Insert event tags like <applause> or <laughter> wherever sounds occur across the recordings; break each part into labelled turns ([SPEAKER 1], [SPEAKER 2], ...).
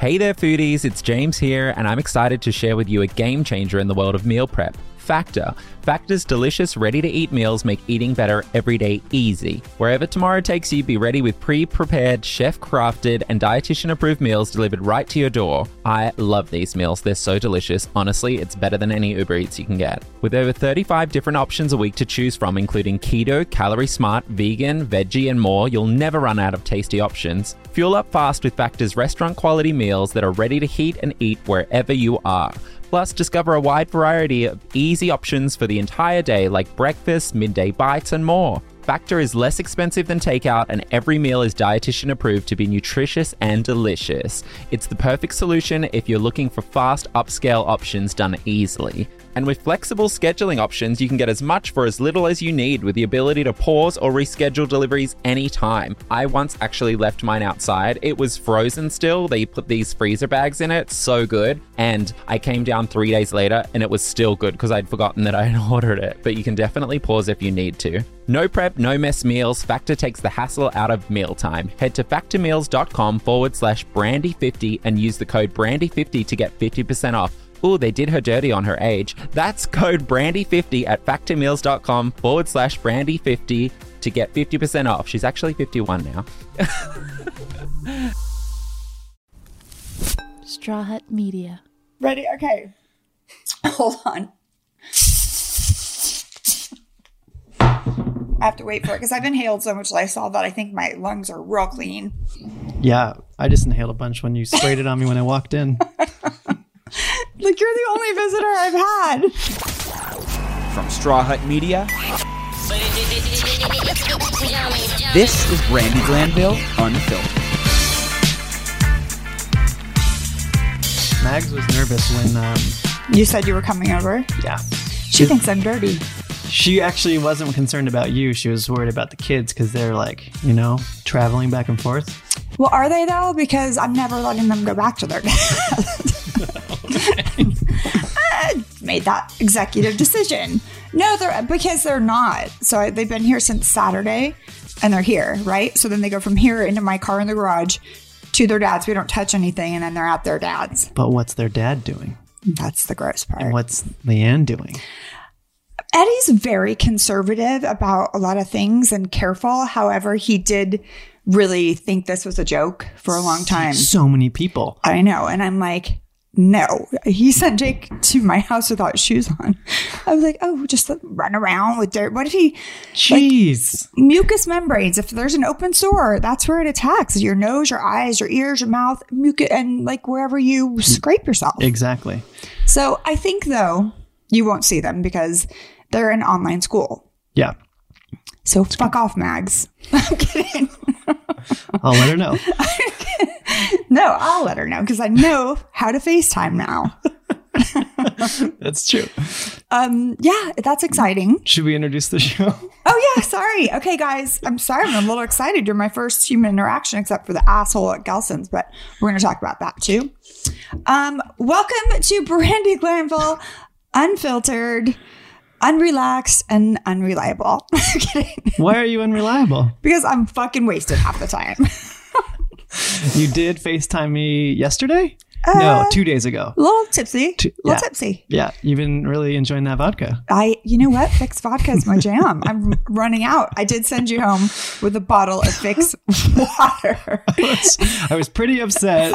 [SPEAKER 1] Hey there, foodies, it's James here, and I'm excited to share with you a game changer in the world of meal prep. Factor. Factor's delicious, ready to eat meals make eating better every day easy. Wherever tomorrow takes you, be ready with pre prepared, chef crafted, and dietitian approved meals delivered right to your door. I love these meals, they're so delicious. Honestly, it's better than any Uber Eats you can get. With over 35 different options a week to choose from, including keto, calorie smart, vegan, veggie, and more, you'll never run out of tasty options. Fuel up fast with Factor's restaurant quality meals that are ready to heat and eat wherever you are. Plus, discover a wide variety of easy options for the entire day, like breakfast, midday bites, and more. Factor is less expensive than takeout, and every meal is dietitian approved to be nutritious and delicious. It's the perfect solution if you're looking for fast, upscale options done easily. And with flexible scheduling options, you can get as much for as little as you need with the ability to pause or reschedule deliveries anytime. I once actually left mine outside. It was frozen still. They put these freezer bags in it. So good. And I came down three days later and it was still good because I'd <laughs> forgotten that I had ordered it. But you can definitely pause if you need to. No prep, no mess meals. Factor takes the hassle out of mealtime. Head to factormeals.com forward slash brandy50 and use the code brandy50 to get 50% off. Ooh, they did her dirty on her age. That's code brandy50 at factormeals.com forward slash brandy50 to get 50% off. She's actually 51 now.
[SPEAKER 2] Straw Hut Media.
[SPEAKER 3] Ready? Okay. <laughs> Hold on. I have to wait for it because I've inhaled so much Lysol that I think my lungs are real clean.
[SPEAKER 4] Yeah, I just inhaled a bunch when you sprayed it on me when I walked in.
[SPEAKER 3] Like, you're the only visitor I've had.
[SPEAKER 5] From Straw Hut Media, this is Brandy Glanville Unfiltered.
[SPEAKER 4] Mags was nervous when, um,
[SPEAKER 3] You said you were coming over.
[SPEAKER 4] yeah.
[SPEAKER 3] She thinks I'm dirty.
[SPEAKER 4] She actually wasn't concerned about you. She was worried about the kids because they're like, you know, traveling back and forth.
[SPEAKER 3] Well, are they though? Because I'm never letting them go back to their dad. I made that executive decision. No, they're because they're not. So I, they've been here since Saturday, and they're here, right? So then they go from here into my car in the garage to their dad's. We don't touch anything, and then they're at their dad's.
[SPEAKER 4] But what's their dad doing?
[SPEAKER 3] That's the gross part.
[SPEAKER 4] What's Leanne doing?
[SPEAKER 3] Eddie's very conservative about a lot of things and careful. However, he did really think this was a joke for a long time.
[SPEAKER 4] So many people.
[SPEAKER 3] I know. And I'm like, no. He sent Jake to my house without shoes on. <laughs> I was like, oh, just like, run around with dirt. What if he
[SPEAKER 4] Jeez.
[SPEAKER 3] mucous membranes? If there's an open sore, that's where it attacks your nose, your eyes, your ears, your mouth, mucus, and like wherever you scrape yourself.
[SPEAKER 4] exactly.
[SPEAKER 3] So I think though you won't see them because they're in online school.
[SPEAKER 4] Yeah.
[SPEAKER 3] So fuck off, Mags. <laughs> I'm kidding.
[SPEAKER 4] I'll let her know.
[SPEAKER 3] No, I'll let her know because I know how to FaceTime now.
[SPEAKER 4] That's true.
[SPEAKER 3] Um, yeah, that's exciting.
[SPEAKER 4] Should we introduce the show? <laughs>
[SPEAKER 3] Oh yeah, sorry. Okay, guys, I'm sorry. I'm a little excited. You're my first human interaction, except for the asshole at Gelson's, but we're going to talk about that too. Um, welcome to Brandy Glanville, unfiltered, unrelaxed, and unreliable. <laughs> I'm kidding.
[SPEAKER 4] Why are you unreliable?
[SPEAKER 3] because I'm fucking wasted half the time. <laughs>
[SPEAKER 4] You did FaceTime me yesterday? no, two days ago.
[SPEAKER 3] a little tipsy, a little
[SPEAKER 4] yeah.
[SPEAKER 3] tipsy.
[SPEAKER 4] Yeah, you've been really enjoying that vodka.
[SPEAKER 3] I, you know what? Fix vodka is my jam. I'm running out. I did send you home with a bottle of Fix water. <laughs>
[SPEAKER 4] <laughs> I was pretty upset.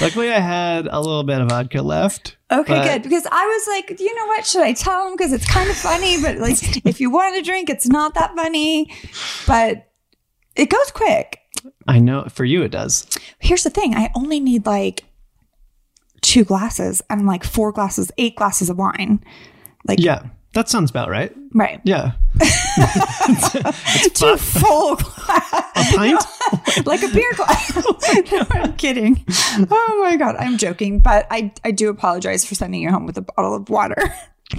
[SPEAKER 4] Luckily, I had a little bit of vodka left.
[SPEAKER 3] Okay,
[SPEAKER 4] but-
[SPEAKER 3] good. Because I was like, you know what? Should I tell him? Because it's kind of funny, but like, if you want to drink, it's not that funny. But it goes quick.
[SPEAKER 4] I know for you it does.
[SPEAKER 3] Here's the thing: I only need like two glasses, and like four glasses, eight glasses of wine. Like,
[SPEAKER 4] Yeah, that sounds about right.
[SPEAKER 3] right,
[SPEAKER 4] Yeah,
[SPEAKER 3] <laughs> two full glass, <laughs>
[SPEAKER 4] a pint.
[SPEAKER 3] like a beer glass. <laughs> no, I'm kidding. Oh my god, I'm joking. But I, I do apologize for sending you home with a bottle of water. <laughs>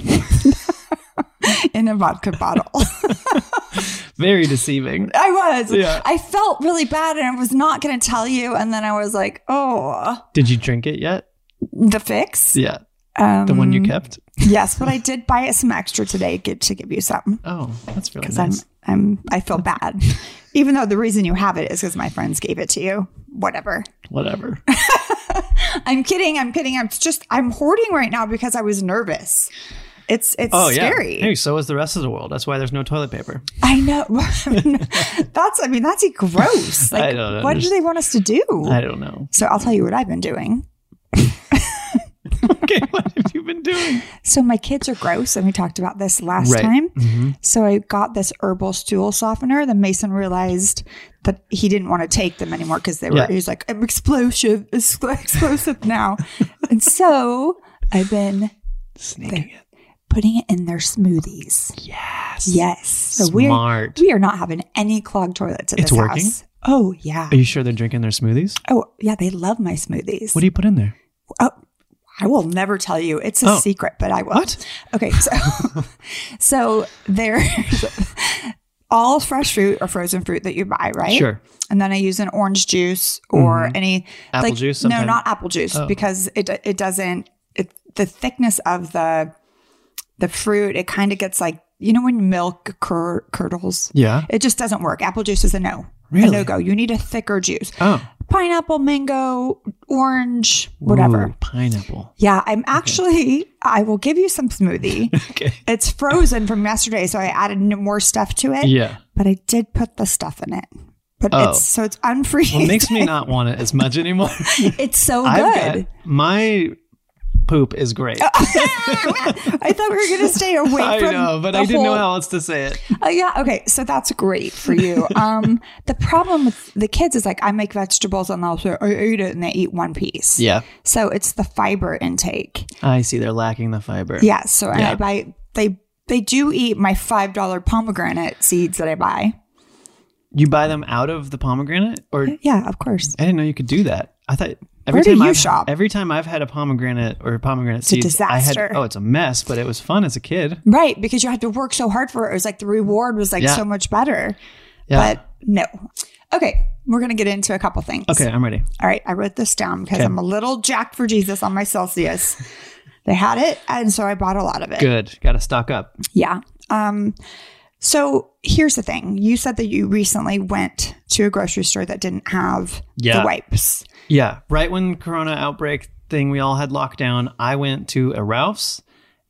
[SPEAKER 3] In a vodka bottle.
[SPEAKER 4] Very deceiving.
[SPEAKER 3] I was.
[SPEAKER 4] Yeah.
[SPEAKER 3] I felt really bad and I was not going to tell you. And then I was like, oh,
[SPEAKER 4] Did you drink it yet?
[SPEAKER 3] the fix?
[SPEAKER 4] Yeah,
[SPEAKER 3] Um,
[SPEAKER 4] the one you kept.
[SPEAKER 3] yes, but I did buy some extra today get, to give you some
[SPEAKER 4] Oh, that's really
[SPEAKER 3] because
[SPEAKER 4] nice. <laughs>
[SPEAKER 3] I'm, I'm, I feel bad. Even though the reason you have it is because my friends gave it to you. Whatever. <laughs>
[SPEAKER 4] Whatever.
[SPEAKER 3] I'm kidding. I'm kidding. I'm just I'm hoarding right now because I was nervous. It's it's
[SPEAKER 4] Oh yeah.
[SPEAKER 3] scary.
[SPEAKER 4] Hey, so is the rest of the world. That's why there's no toilet paper.
[SPEAKER 3] I know. <laughs> that's I mean that's gross. Like
[SPEAKER 4] <laughs> I don't
[SPEAKER 3] what do they want us to do?
[SPEAKER 4] I
[SPEAKER 3] <laughs>
[SPEAKER 4] don't know.
[SPEAKER 3] So I'll tell you what I've been doing.
[SPEAKER 4] Okay, <laughs> what have you been doing?
[SPEAKER 3] So my kids are gross, and we talked about this last
[SPEAKER 4] Right.
[SPEAKER 3] time.
[SPEAKER 4] Mm-hmm.
[SPEAKER 3] So I got this herbal stool softener. Then Mason realized that he didn't want to take them anymore because they were.
[SPEAKER 4] Yeah.
[SPEAKER 3] He was like, "I'm explosive, ex- explosive now," and so I've been
[SPEAKER 4] Sneaking it.
[SPEAKER 3] putting it in their smoothies.
[SPEAKER 4] Yes.
[SPEAKER 3] Yes, so we're
[SPEAKER 4] Smart.
[SPEAKER 3] we are not having any clogged toilets at
[SPEAKER 4] It's
[SPEAKER 3] this
[SPEAKER 4] working?
[SPEAKER 3] house. Oh yeah.
[SPEAKER 4] Are you sure they're drinking their smoothies?
[SPEAKER 3] Oh yeah, they love my smoothies.
[SPEAKER 4] What do you put in there?
[SPEAKER 3] Oh, I will never tell you. It's a
[SPEAKER 4] Oh.
[SPEAKER 3] secret, but I will.
[SPEAKER 4] What?
[SPEAKER 3] Okay, so <laughs> so there's <laughs> all fresh fruit or frozen fruit that you buy, right?
[SPEAKER 4] Sure. Mm-hmm.
[SPEAKER 3] And then I use an orange juice or any
[SPEAKER 4] Apple
[SPEAKER 3] like,
[SPEAKER 4] juice
[SPEAKER 3] No,
[SPEAKER 4] sometime?
[SPEAKER 3] not apple juice
[SPEAKER 4] Oh.
[SPEAKER 3] because it it doesn't it, the thickness of the the fruit it kind of gets like you know when milk cur- curdles.
[SPEAKER 4] Yeah.
[SPEAKER 3] It just doesn't work. Apple juice is a no.
[SPEAKER 4] Really?
[SPEAKER 3] A no go. You need a thicker juice.
[SPEAKER 4] Oh.
[SPEAKER 3] Pineapple, mango, orange, whatever.
[SPEAKER 4] Ooh, pineapple.
[SPEAKER 3] Yeah, I'm actually, I will give you some smoothie.
[SPEAKER 4] <laughs> Okay.
[SPEAKER 3] it's frozen from yesterday, so I added n- more stuff to it,
[SPEAKER 4] Yeah.
[SPEAKER 3] but I did put the stuff in it. But
[SPEAKER 4] Oh.
[SPEAKER 3] it's so it's unfreezed.
[SPEAKER 4] Well,
[SPEAKER 3] <laughs>
[SPEAKER 4] it makes me not want it as much anymore.
[SPEAKER 3] it's so
[SPEAKER 4] I've
[SPEAKER 3] good.
[SPEAKER 4] got my poop is great.
[SPEAKER 3] I thought we were going to
[SPEAKER 4] <laughs>
[SPEAKER 3] stay away
[SPEAKER 4] I
[SPEAKER 3] from
[SPEAKER 4] know, but
[SPEAKER 3] the
[SPEAKER 4] I didn't know
[SPEAKER 3] whole-
[SPEAKER 4] how else to say it.
[SPEAKER 3] Oh, yeah. Okay. So that's great for
[SPEAKER 4] <laughs>
[SPEAKER 3] you. Um, the problem with the kids is like I make vegetables and they'll say, I eat it and they eat one piece.
[SPEAKER 4] Yeah.
[SPEAKER 3] So it's the fiber intake.
[SPEAKER 4] I see. They're lacking the fiber.
[SPEAKER 3] Yeah. So and I
[SPEAKER 4] Yeah.
[SPEAKER 3] buy they they do eat my five dollar pomegranate seeds that I buy.
[SPEAKER 4] You buy them out of the pomegranate, or
[SPEAKER 3] Yeah, of course.
[SPEAKER 4] I didn't know you could do that. I thought every
[SPEAKER 3] Where do
[SPEAKER 4] time
[SPEAKER 3] you
[SPEAKER 4] I've,
[SPEAKER 3] shop?
[SPEAKER 4] Every time I've had a pomegranate or pomegranate
[SPEAKER 3] a
[SPEAKER 4] seeds, I had-
[SPEAKER 3] disaster.
[SPEAKER 4] oh, it's a mess, but it was fun as a kid.
[SPEAKER 3] Right, because you had to work so hard for it. It was like the reward was like
[SPEAKER 4] Yeah.
[SPEAKER 3] so much better.
[SPEAKER 4] Yeah.
[SPEAKER 3] But no. Okay, we're gonna get into a couple things.
[SPEAKER 4] okay, I'm ready.
[SPEAKER 3] All right, I wrote this down because
[SPEAKER 4] Okay.
[SPEAKER 3] I'm a little jacked for Jesus on my
[SPEAKER 4] <laughs>
[SPEAKER 3] Celsius. they had it, and so I bought a lot of it.
[SPEAKER 4] Good. Got to stock up.
[SPEAKER 3] Yeah. Um so here's the thing. You said that you recently went to a grocery store that didn't have
[SPEAKER 4] Yeah.
[SPEAKER 3] the wipes.
[SPEAKER 4] Yeah. Right when Corona outbreak thing, we all had lockdown. I went to a Ralph's,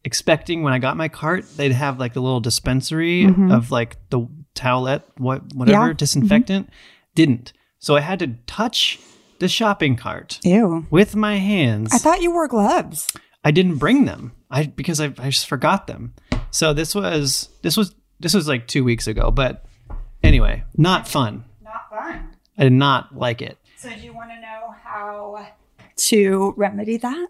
[SPEAKER 4] expecting when I got my cart, they'd have like the little dispensary of like the towelette, what whatever
[SPEAKER 3] Mm-hmm. Yeah.
[SPEAKER 4] disinfectant. Didn't. So I had to touch the shopping cart
[SPEAKER 3] Ew.
[SPEAKER 4] with my hands.
[SPEAKER 3] I thought you wore gloves.
[SPEAKER 4] I didn't bring them. I because I, I just forgot them. So this was this was this was like two weeks ago. But anyway, not fun.
[SPEAKER 3] Not fun.
[SPEAKER 4] I did not like it.
[SPEAKER 3] So do you want to know how to remedy that?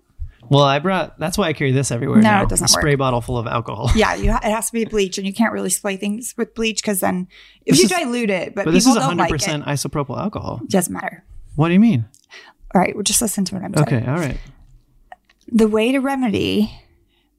[SPEAKER 4] Well, I brought. That's why I carry this everywhere.
[SPEAKER 3] No,
[SPEAKER 4] now.
[SPEAKER 3] it doesn't
[SPEAKER 4] A spray bottle full of alcohol.
[SPEAKER 3] Yeah, you ha- it has to be bleach, and you can't really spray things with bleach because then if
[SPEAKER 4] This
[SPEAKER 3] you
[SPEAKER 4] is-
[SPEAKER 3] dilute it, but,
[SPEAKER 4] <laughs> But this
[SPEAKER 3] people
[SPEAKER 4] is
[SPEAKER 3] don't
[SPEAKER 4] 100
[SPEAKER 3] like
[SPEAKER 4] percent
[SPEAKER 3] it.
[SPEAKER 4] isopropyl alcohol.
[SPEAKER 3] Doesn't matter.
[SPEAKER 4] What do you mean?
[SPEAKER 3] All right, well, just listen to what I'm saying.
[SPEAKER 4] Okay, all right.
[SPEAKER 3] The way to remedy.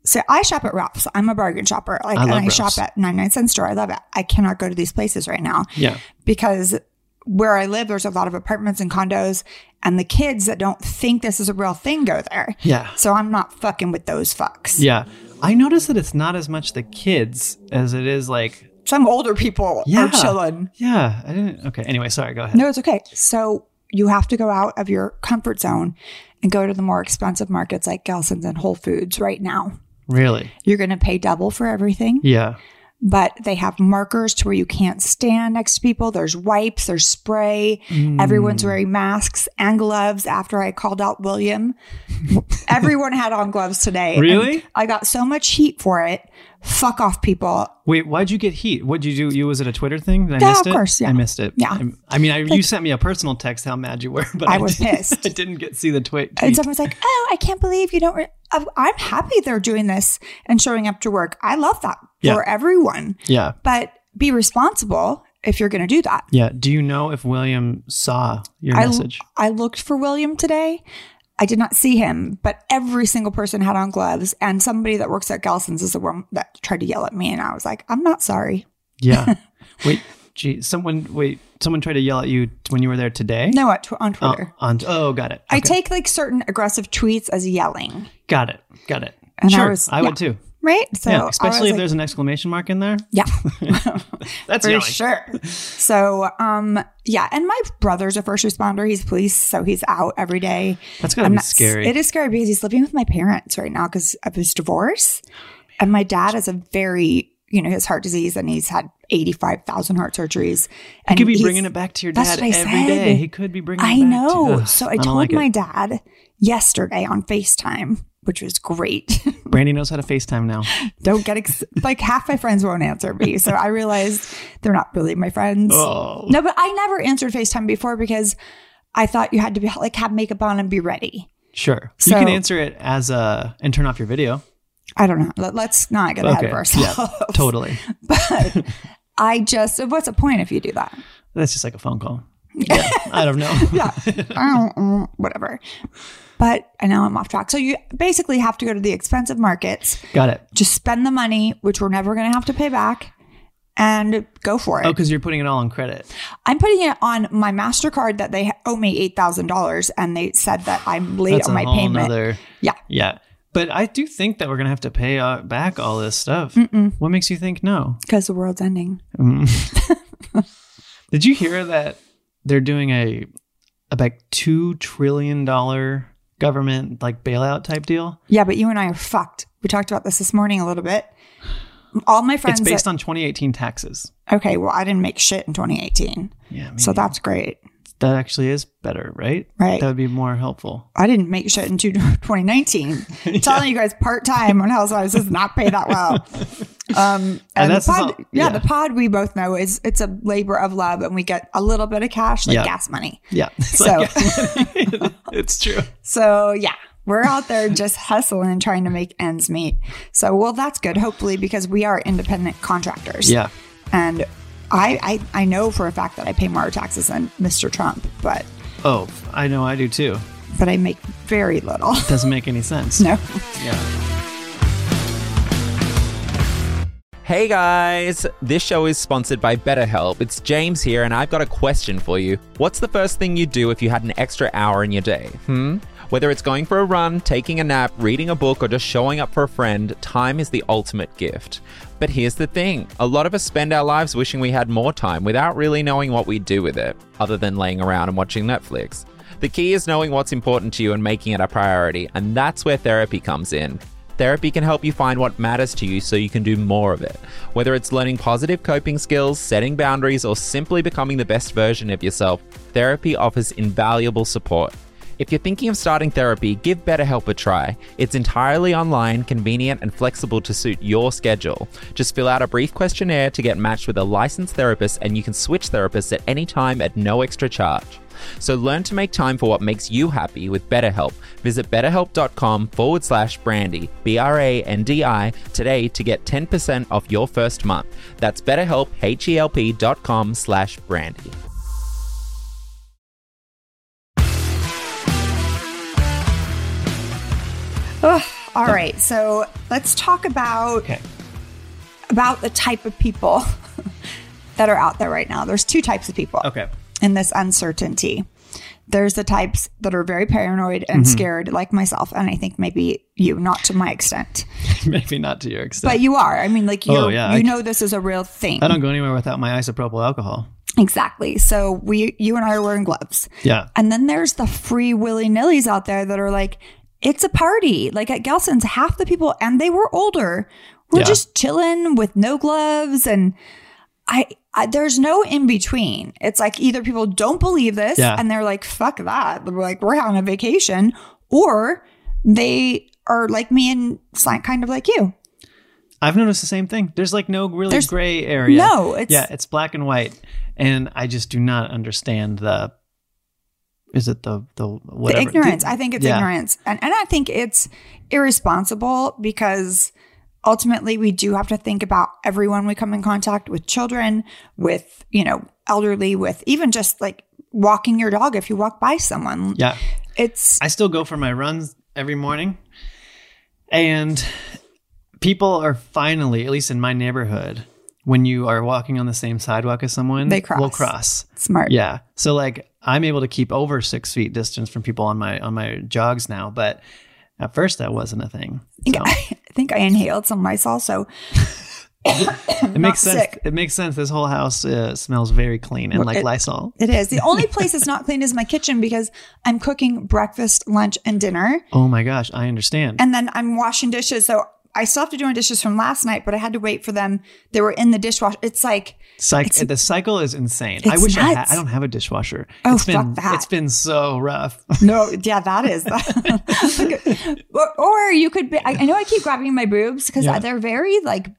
[SPEAKER 3] So I shop at Ralph's. I'm a bargain shopper. Like,
[SPEAKER 4] I
[SPEAKER 3] and
[SPEAKER 4] love
[SPEAKER 3] I shop
[SPEAKER 4] Ralph's.
[SPEAKER 3] at 99 cent store. I love it. I cannot go to these places right now.
[SPEAKER 4] Yeah,
[SPEAKER 3] because where I live, there's a lot of apartments and condos, and the kids that don't think this is a real thing go there.
[SPEAKER 4] Yeah.
[SPEAKER 3] So I'm not fucking with those fucks.
[SPEAKER 4] yeah. I noticed that it's not as much the kids as it is like.
[SPEAKER 3] Some older people
[SPEAKER 4] Yeah.
[SPEAKER 3] are chilling.
[SPEAKER 4] Yeah, I didn't. Okay. Anyway, sorry. Go ahead.
[SPEAKER 3] No, it's okay. So you have to go out of your comfort zone and go to the more expensive markets like Gelson's and Whole Foods right now.
[SPEAKER 4] Really?
[SPEAKER 3] You're going to pay double for everything,
[SPEAKER 4] Yeah.
[SPEAKER 3] but they have markers to where you can't stand next to people. There's wipes, there's spray.
[SPEAKER 4] Mm.
[SPEAKER 3] Everyone's wearing masks and gloves. After I called out William,
[SPEAKER 4] <laughs>
[SPEAKER 3] everyone had on gloves today. and
[SPEAKER 4] Really?
[SPEAKER 3] I got so much heat for it. Fuck off, people.
[SPEAKER 4] Wait, why'd you get heat? What'd you do? You was it a Twitter thing? Did I
[SPEAKER 3] Yeah,
[SPEAKER 4] missed
[SPEAKER 3] of
[SPEAKER 4] it?
[SPEAKER 3] course, yeah.
[SPEAKER 4] I missed it.
[SPEAKER 3] Yeah.
[SPEAKER 4] I'm- I, mean, I, you sent me a personal text how mad you were, <laughs> but
[SPEAKER 3] I
[SPEAKER 4] I,
[SPEAKER 3] was
[SPEAKER 4] didn't,
[SPEAKER 3] pissed.
[SPEAKER 4] I didn't get see the tweet.
[SPEAKER 3] And
[SPEAKER 4] tweet.
[SPEAKER 3] someone's like, "Oh, I can't believe you don't." Re- I'm- I'm happy they're doing this and showing up to work. I love that
[SPEAKER 4] Yeah.
[SPEAKER 3] for everyone.
[SPEAKER 4] yeah,
[SPEAKER 3] But be responsible if you're going to do that.
[SPEAKER 4] yeah. Do you know if William saw your
[SPEAKER 3] I
[SPEAKER 4] message?
[SPEAKER 3] I looked for William today. I did not see him, but every single person had on gloves, and somebody that works at Gelson's is the one that tried to yell at me, and I was like, "I'm not sorry." <laughs>
[SPEAKER 4] Yeah. wait, gee, someone wait, someone tried to yell at you t- when you were there today.
[SPEAKER 3] No, at tw- on
[SPEAKER 4] Oh,
[SPEAKER 3] Twitter,
[SPEAKER 4] on oh, got it.
[SPEAKER 3] I
[SPEAKER 4] Okay.
[SPEAKER 3] take like certain aggressive tweets as yelling.
[SPEAKER 4] got it, got it.
[SPEAKER 3] And I
[SPEAKER 4] sure,
[SPEAKER 3] was-
[SPEAKER 4] I would too.
[SPEAKER 3] right? So I
[SPEAKER 4] yeah,
[SPEAKER 3] was
[SPEAKER 4] especially if
[SPEAKER 3] like-
[SPEAKER 4] there's an exclamation mark in there.
[SPEAKER 3] yeah.
[SPEAKER 4] <laughs>
[SPEAKER 3] <laughs>
[SPEAKER 4] That's
[SPEAKER 3] for
[SPEAKER 4] yelling.
[SPEAKER 3] sure. So, um, yeah, and my brother's a first responder. He's police, so he's out every day.
[SPEAKER 4] That's gotta
[SPEAKER 3] I'm
[SPEAKER 4] be
[SPEAKER 3] not-
[SPEAKER 4] scary.
[SPEAKER 3] It is scary because he's living with my parents right now because of his divorce, and my dad is a very, you know, his heart disease, and he's had eighty-five thousand heart surgeries.
[SPEAKER 4] He
[SPEAKER 3] And
[SPEAKER 4] could be
[SPEAKER 3] he's-
[SPEAKER 4] bringing it back to your
[SPEAKER 3] that's
[SPEAKER 4] dad every
[SPEAKER 3] what
[SPEAKER 4] day.
[SPEAKER 3] I said.
[SPEAKER 4] He could be bringing. it
[SPEAKER 3] I
[SPEAKER 4] back
[SPEAKER 3] know.
[SPEAKER 4] To, ugh,
[SPEAKER 3] so I,
[SPEAKER 4] don't
[SPEAKER 3] told
[SPEAKER 4] like it.
[SPEAKER 3] my dad yesterday on Facetime, which was great. <laughs>
[SPEAKER 4] Brandy knows how to Facetime now.
[SPEAKER 3] Don't get ex- like half my friends won't answer me, so I realized they're not really my friends.
[SPEAKER 4] Oh,
[SPEAKER 3] No, but I never answered FaceTime before because I thought you had to be like have makeup on and be ready.
[SPEAKER 4] sure.
[SPEAKER 3] So-
[SPEAKER 4] you can answer it as a and turn off your video.
[SPEAKER 3] I don't know. Let, let's not get ahead of
[SPEAKER 4] Okay.
[SPEAKER 3] ourselves.
[SPEAKER 4] Totally.
[SPEAKER 3] but I just, what's the point if you do that?
[SPEAKER 4] That's just like a
[SPEAKER 3] <laughs>
[SPEAKER 4] phone call. Yeah, I don't know.
[SPEAKER 3] Yeah. I
[SPEAKER 4] <laughs>
[SPEAKER 3] don't- mm, Whatever. But I know I'm off track. So you basically have to go to the expensive markets,
[SPEAKER 4] Got it.
[SPEAKER 3] just spend the money, which we're never going to have to pay back, and go for it.
[SPEAKER 4] Oh, because you're putting it all on credit.
[SPEAKER 3] I'm putting it on my MasterCard that they owe me $8,000 and they said that I'm late
[SPEAKER 4] That's
[SPEAKER 3] on my
[SPEAKER 4] a whole
[SPEAKER 3] payment.
[SPEAKER 4] nother-
[SPEAKER 3] Yeah.
[SPEAKER 4] yeah. But I do think that we're gonna have to pay uh, back all this stuff. What makes you think no?
[SPEAKER 3] because the world's ending.
[SPEAKER 4] Did you hear that they're doing a about two trillion dollar government like bailout type deal?
[SPEAKER 3] Yeah, but you and I are fucked. We talked about this this morning a little bit. All my friends.
[SPEAKER 4] it's based
[SPEAKER 3] that-
[SPEAKER 4] on 2018 taxes.
[SPEAKER 3] okay, well, I didn't make shit in 2018,
[SPEAKER 4] Yeah,
[SPEAKER 3] so
[SPEAKER 4] maybe
[SPEAKER 3] that's great,
[SPEAKER 4] that actually is better, right?
[SPEAKER 3] right?
[SPEAKER 4] That would be more helpful.
[SPEAKER 3] I didn't make shit <laughs> in two-
[SPEAKER 4] <laughs>
[SPEAKER 3] 2019. Telling you guys part time on Housewives does not pay that
[SPEAKER 4] <laughs>
[SPEAKER 3] well. Um, and,
[SPEAKER 4] that's
[SPEAKER 3] the
[SPEAKER 4] the
[SPEAKER 3] pod,
[SPEAKER 4] song-
[SPEAKER 3] yeah,
[SPEAKER 4] yeah.
[SPEAKER 3] the pod we both know is it's a labor of love, and we get a little bit of cash, like
[SPEAKER 4] Yeah.
[SPEAKER 3] gas money.
[SPEAKER 4] Yeah. <laughs> It's
[SPEAKER 3] So-
[SPEAKER 4] <laughs> like- it's true.
[SPEAKER 3] So yeah, we're out there just hustling and trying to make ends meet. So well, that's good. Hopefully, because we are independent contractors.
[SPEAKER 4] Yeah.
[SPEAKER 3] And I, I I know for a fact that I pay more taxes than Mr. Trump, but
[SPEAKER 4] Oh, I know I do too.
[SPEAKER 3] but I make very little. <laughs>
[SPEAKER 4] Doesn't make any sense.
[SPEAKER 3] no.
[SPEAKER 4] Yeah.
[SPEAKER 1] Hey guys, this show is sponsored by BetterHelp. It's James here, and I've got a question for you. What's the first thing you'd do if you had an extra hour in your day? Hmm? Whether it's going for a run, taking a nap, reading a book, or just showing up for a friend, time is the ultimate gift. But here's the thing a lot of us spend our lives wishing we had more time without really knowing what we'd do with it, other than laying around and watching Netflix. The key is knowing what's important to you and making it a priority, and that's where therapy comes in. Therapy can help you find what matters to you so you can do more of it. Whether it's learning positive coping skills, setting boundaries, or simply becoming the best version of yourself, therapy offers invaluable support. If you're thinking of starting therapy, give BetterHelp a try. It's entirely online, convenient, and flexible to suit your schedule. Just fill out a brief questionnaire to get matched with a licensed therapist, and you can switch therapists at any time at no extra charge. So learn to make time for what makes you happy with BetterHelp. Visit betterhelp.com forward slash brandy, B R A N D I, today to get 10% off your first month. That's betterhelp, H E L P.com slash brandy.
[SPEAKER 3] Ugh, all right. So let's talk about
[SPEAKER 4] Okay.
[SPEAKER 3] about the type of people <laughs> that are out there right now. There's two types of people.
[SPEAKER 4] Okay. <laughs>
[SPEAKER 3] in this uncertainty. There's the types that are very paranoid and
[SPEAKER 4] Mm-hmm.
[SPEAKER 3] scared, like myself, and I think maybe you, not to my extent,
[SPEAKER 4] Maybe not to your extent.
[SPEAKER 3] but you are. I mean, like you,
[SPEAKER 4] Oh, yeah,
[SPEAKER 3] you
[SPEAKER 4] I-
[SPEAKER 3] know, this is a real thing.
[SPEAKER 4] I don't go anywhere without my isopropyl alcohol.
[SPEAKER 3] Exactly. So we, you and I, are wearing gloves.
[SPEAKER 4] Yeah.
[SPEAKER 3] And then there's the free willy nillys out there that are like, it's a party. Like at Gelson's, half the people, and they were older, were
[SPEAKER 4] Yeah.
[SPEAKER 3] just chilling with no gloves. And I, I, there's no in between. It's like either people don't believe this
[SPEAKER 4] Yeah.
[SPEAKER 3] and they're like, fuck that. They're like, we're on a vacation, or they are like me and slant kind of like you.
[SPEAKER 4] I've noticed the same thing. There's like no really
[SPEAKER 3] There's-
[SPEAKER 4] gray area.
[SPEAKER 3] No, it's-
[SPEAKER 4] yeah, it's black and white, and I just do not understand the. Is it the the whatever
[SPEAKER 3] The ignorance. I think it's
[SPEAKER 4] yeah.
[SPEAKER 3] ignorance. And and I think it's irresponsible because ultimately we do have to think about everyone we come in contact with children, with, you know, elderly, with even just like walking your dog if you walk by someone.
[SPEAKER 4] yeah,
[SPEAKER 3] It's
[SPEAKER 4] I still go for my runs every morning, and people are finally, at least in my neighborhood, when you are walking on the same sidewalk as someone,
[SPEAKER 3] They cross.
[SPEAKER 4] will cross.
[SPEAKER 3] smart.
[SPEAKER 4] Yeah. So like I'm able to keep over six feet distance from people on my on my jogs now, but at first that wasn't a thing. So,
[SPEAKER 3] I think I inhaled some Lysol, so
[SPEAKER 4] It makes
[SPEAKER 3] Not
[SPEAKER 4] sense.
[SPEAKER 3] sick.
[SPEAKER 4] It makes sense. This whole house uh, smells very clean and like
[SPEAKER 3] it-
[SPEAKER 4] Lysol.
[SPEAKER 3] it is. The only place it's not clean is my kitchen because I'm cooking breakfast, lunch, and dinner.
[SPEAKER 4] Oh my gosh, I understand.
[SPEAKER 3] And then I'm washing dishes. So I still have to do my dishes from last night, but I had to wait for them. They were in the dishwasher. It's like,
[SPEAKER 4] Psych- the cycle is insane. I
[SPEAKER 3] it's
[SPEAKER 4] wish I had.
[SPEAKER 3] nuts.
[SPEAKER 4] I don't have a dishwasher.
[SPEAKER 3] Oh,
[SPEAKER 4] it's been,
[SPEAKER 3] fuck that.
[SPEAKER 4] It's been so rough. <laughs>
[SPEAKER 3] no, yeah, that is. <laughs> Like, or, or you could be, I, I know I keep grabbing my boobs because
[SPEAKER 4] Yeah.
[SPEAKER 3] they're very like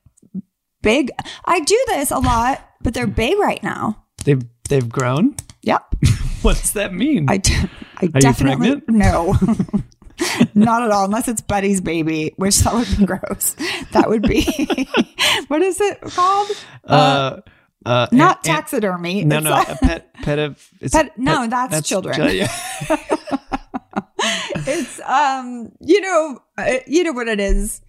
[SPEAKER 3] big. I do this a lot, but they're big right now.
[SPEAKER 4] they've they've grown. <laughs>
[SPEAKER 3] Yep.
[SPEAKER 4] What does that mean?
[SPEAKER 3] I, de- I
[SPEAKER 4] Are you
[SPEAKER 3] definitely
[SPEAKER 4] pregnant?
[SPEAKER 3] no, <laughs> not at all. Unless it's Buddy's baby, which that would be gross. That would be <laughs> what is it called?
[SPEAKER 4] uh, uh,
[SPEAKER 3] Not
[SPEAKER 4] and- and-
[SPEAKER 3] taxidermy.
[SPEAKER 4] No,
[SPEAKER 3] It's
[SPEAKER 4] no,
[SPEAKER 3] like-
[SPEAKER 4] a pet, pet of it's a
[SPEAKER 3] Pet- no, that's children.
[SPEAKER 4] yeah.
[SPEAKER 3] <laughs> it's um, you know, uh, you know what it is